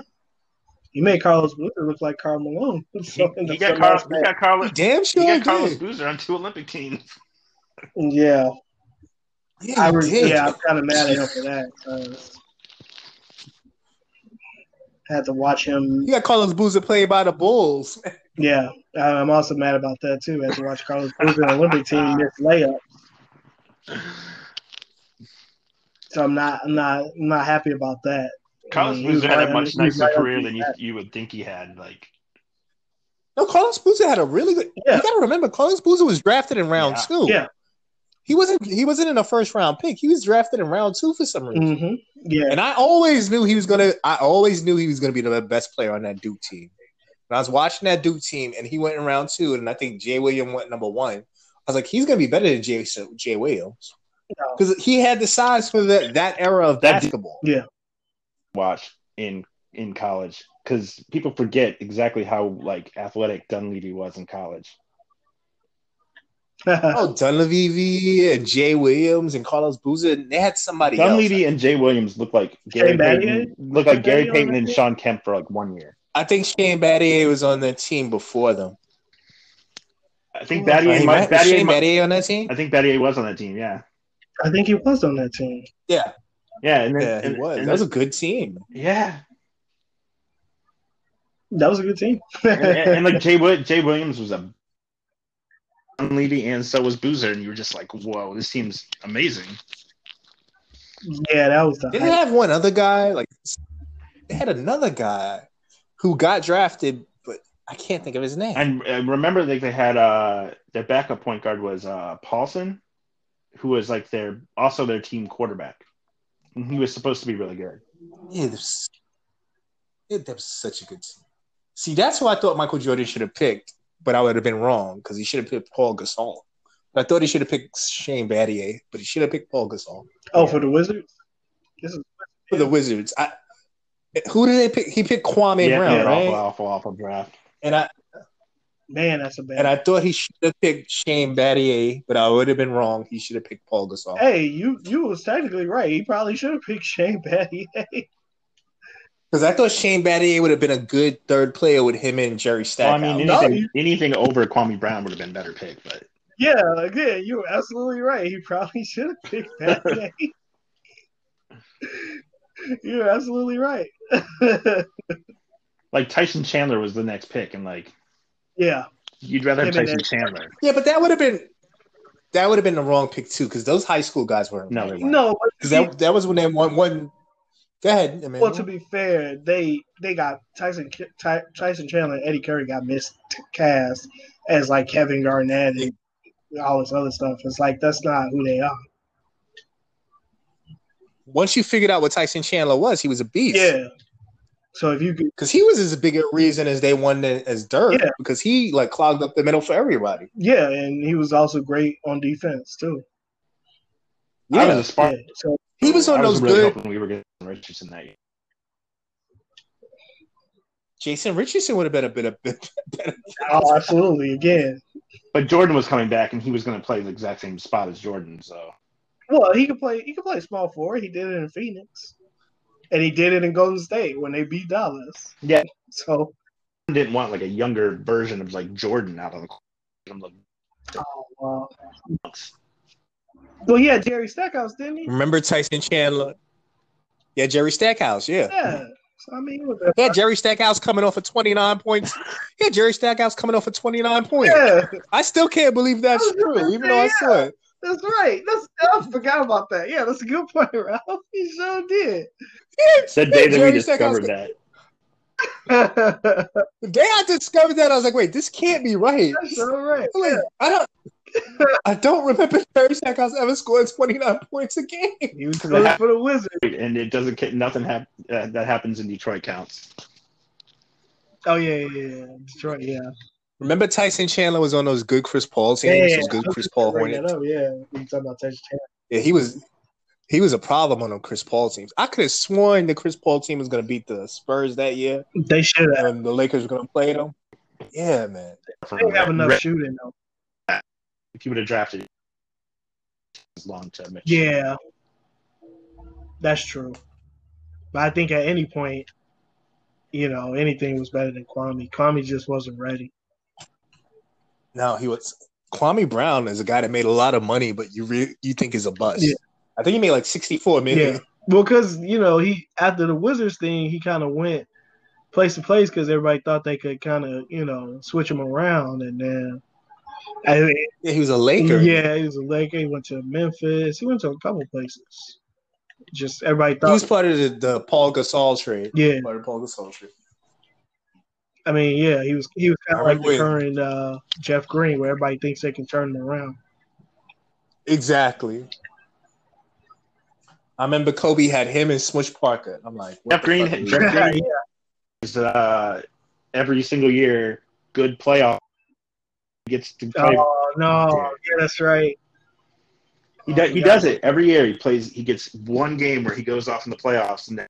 He made Carlos Boozer look like Carl Malone. He, So- he got Carl, he got Carl, Damn he sure got Carlos did. Boozer on two Olympic teams. yeah, Yeah, I he was, did. yeah, I'm kind of mad at him for that. uh, had to watch him. You got Carlos Boozer played by the Bulls. Yeah, I'm also mad about that too. Had to watch Carlos Boozer and Olympic team miss layup. So I'm not, I'm not, I'm not happy about that. Carlos he was Boozer had right a on- much he was nicer right on career his than you, back. you would think he had. Like, No, Carlos Boozer had a really good. Yeah. You got to remember, Carlos Boozer was drafted in round Yeah. two. Yeah. he wasn't. He wasn't in a first round pick. He was drafted in round two for some reason. hmm Yeah, And I always knew he was gonna. I always knew he was gonna be the best player on that Duke team. When I was watching that Duke team, and he went in round two, and I think Jay Williams went number one. I was like, he's gonna be better than Jay Jay Williams No. because he had the size for the, that era of That- basketball. watch in in college because people forget exactly how like athletic Dunleavy was in college. Oh, Dunleavy and Jay Williams and Carlos Boozer, and they had somebody else. Dunleavy and Jay Williams look like Gary Shane Battier? Payton, look like Gary Battier on Payton that and team? Sean Kemp for like one year. I think Shane Battier was on that team before them. I think Ooh. Battier, Right, might, Matt- was Battier, Shane might- Battier on that team? I think Battier was on that team. Yeah, I think he was on that team. Yeah, yeah, and then, yeah, he and- was. and That was a then- good team. yeah, That was a good team. and, and- and, like Jay Wi- Jay Williams was a Dunleavy, and so was Boozer, and you were just like, whoa, this team's amazing. yeah, that was the. Didn't they hype. have one other guy? Like they had another guy who got drafted, but I can't think of his name. And uh, remember, like they had uh their backup point guard was uh Paulson, who was like their also their team quarterback, and he was supposed to be really good. Yeah, that was, yeah, that was such a good team. See, that's who I thought Michael Jordan should have picked, but I would have been wrong because he should have picked Paul Gasol. But I thought he should have picked Shane Battier, but he should have picked Paul Gasol Oh, for the Wizards. This is for the Wizards. I, who did they pick? He picked Kwame yeah, Brown, yeah, right? awful, awful, awful draft. And I man, that's a and bad. I thought he should have picked Shane Battier, but I would have been wrong. He should have picked Paul Gasol. hey, you you was technically right. He probably should have picked Shane Battier. Because I thought Shane Battier would have been a good third player with him and Jerry Well, I Stackhouse. mean, No, anything you- anything over Kwame Brown would have been a better pick, but yeah, again, you were absolutely right. He probably should have picked Battier. You're absolutely right. like Tyson Chandler was the next pick, and like yeah, you'd rather have Yeah, but Tyson they- Chandler. yeah, but that would have been that would have been the wrong pick too, because those high school guys weren't. No, they weren't. no, but because that that was when they won one. Go ahead. I mean, well, to be fair, they they got Tyson Ty, Tyson Chandler and Eddie Curry got miscast as like Kevin Garnett and all this other stuff. It's like that's not who they are. once you figured out what Tyson Chandler was, he was a beast. Yeah. So if you could, because he was as big a reason as they won the, as Dirk, Yeah. because he like clogged up the middle for everybody. yeah, and he was also great on defense too. I was a spark. Yeah. So he was on I those really good. hoping we were getting Richardson that year. Jason Richardson would have been a bit of better. oh, absolutely. Again, But Jordan was coming back, and he was going to play the exact same spot as Jordan. So well, he could play. He could play small forward. He did it in Phoenix, and he did it in Golden State when they beat Dallas. Yeah. So I didn't want like a younger version of like Jordan out on the court. uh, well, yeah, Jerry Stackhouse didn't he? Remember Tyson Chandler? Yeah, Jerry Stackhouse. Yeah. Yeah. So I mean, it was a- Yeah, Jerry Stackhouse coming off of 29 points. Yeah, Jerry Stackhouse coming off of 29 points. yeah, I still can't believe that's I was gonna true, even though I say, saw it. that's right. That's I forgot about that. Yeah, that's a good point, Ralph. He sure did. Yeah, The day that Jerry we discovered Stackhouse- that, that's The day I discovered that, I was like, wait, this can't be right. all right. I'm like, I don't I don't remember Jerry Stackhouse ever scored 29 points a game. He was Because it good hap- for the Wizards. and it doesn't ca- nothing hap- uh, that happens in Detroit counts. Oh yeah, yeah, yeah. Detroit. Yeah, Remember Tyson Chandler was on those good Chris Paul teams, those good Chris Paul Bring that Hornets. up, yeah. We talking about Tyson Chandler. Yeah, he was he was a problem on them Chris Paul teams. I could have sworn the Chris Paul team was gonna beat the Spurs that year They should have. and the Lakers were gonna play them. Yeah, man. They didn't have enough shooting though. If you would have drafted as long to Mitch. Yeah, that's true. But I think at any point, you know, anything was better than Kwame. Kwame just wasn't ready. No, he was Kwame Brown is a guy that made a lot of money, but you re- you think is a bust. Yeah. I think he made like sixty four million. Yeah. Well, because you know he after the Wizards thing, he kind of went place to place because everybody thought they could kind of you know switch him around, and then I, Yeah, he was a Laker. yeah, he was a Laker. He went to Memphis. He went to a couple places. Just everybody he thought, was part of the, the Paul Gasol trade. yeah. Part of Paul Gasol trade. I mean, yeah, he was he was kind I of like the remember current uh, Jeff Green, where everybody thinks they can turn him around. Exactly. I remember Kobe had him and Smush Parker. I'm like, what Jeff the Green, fuck is Jeff that? Green is uh, every single year good playoff gets to play. Oh no, yeah, that's right. he does, Oh, he yeah. does it every year. He plays. He gets one game where he goes off in the playoffs, and then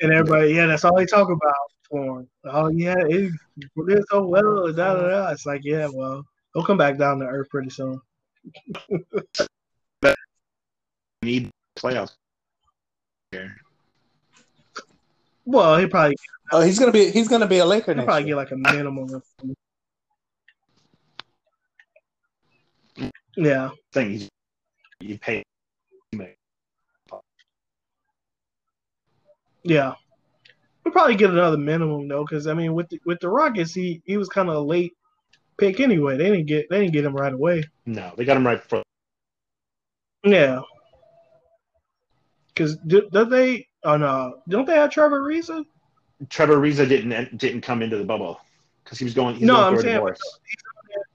And everybody, yeah, that's all they talk about for him. Oh yeah, it, it did so well. Da, da, da. It's like, yeah, well, he'll come back down to earth pretty soon. need playoffs. Here. Well, he'll probably Oh, he's gonna be he's gonna be a Laker he'll next probably year. get like a minimum. of- Yeah, Thing he's- you pay. yeah. We'll probably get another minimum though, because I mean, with the, with the Rockets, he he was kind of a late pick anyway. They didn't get they didn't get him right away. No, they got him right before. Yeah, because do, do they? Oh no, don't they have Trevor Reza? Trevor Ariza didn't didn't come into the bubble because he was going. He's No, going I'm through a saying- divorce.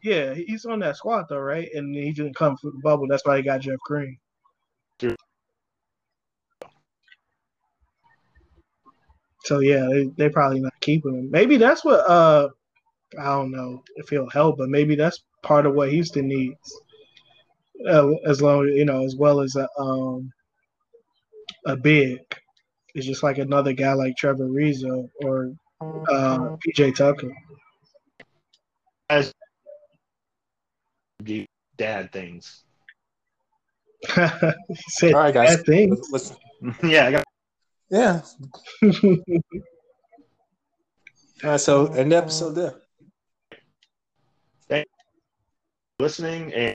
Yeah, he's on that squad though, right? And he didn't come from the bubble. That's why he got Jeff Green. True. So yeah, they they probably not keeping him. Maybe that's what uh I don't know if he'll help, but maybe that's part of what Houston needs. Uh, as long you know, as well as a um a big. It's just like another guy like Trevor Reza or uh, PJ Tucker. Do Dad things. He said All right, guys. bad things. Let's- let's- yeah, I got yeah. All right, so end the episode there. listening and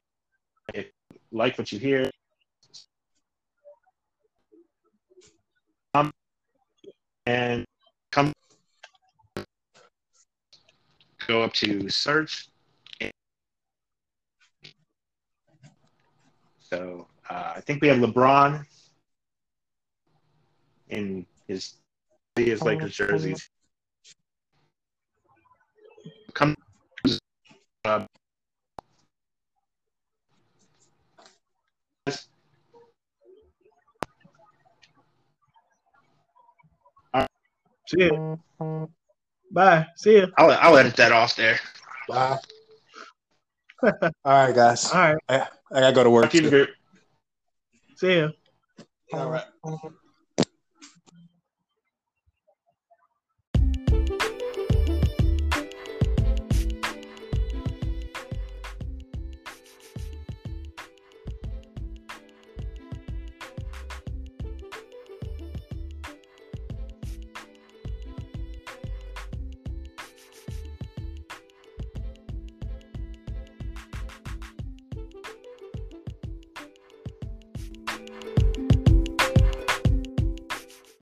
if you like what you hear. Um, and come go up to search. So uh, I think we have LeBron in his his Lakers jerseys. Come uh, See ya. Bye. See ya. I'll, I'll edit that off there. Bye. All right, guys. All right. I, I gotta go to work. Keep it too. group. See ya. All right.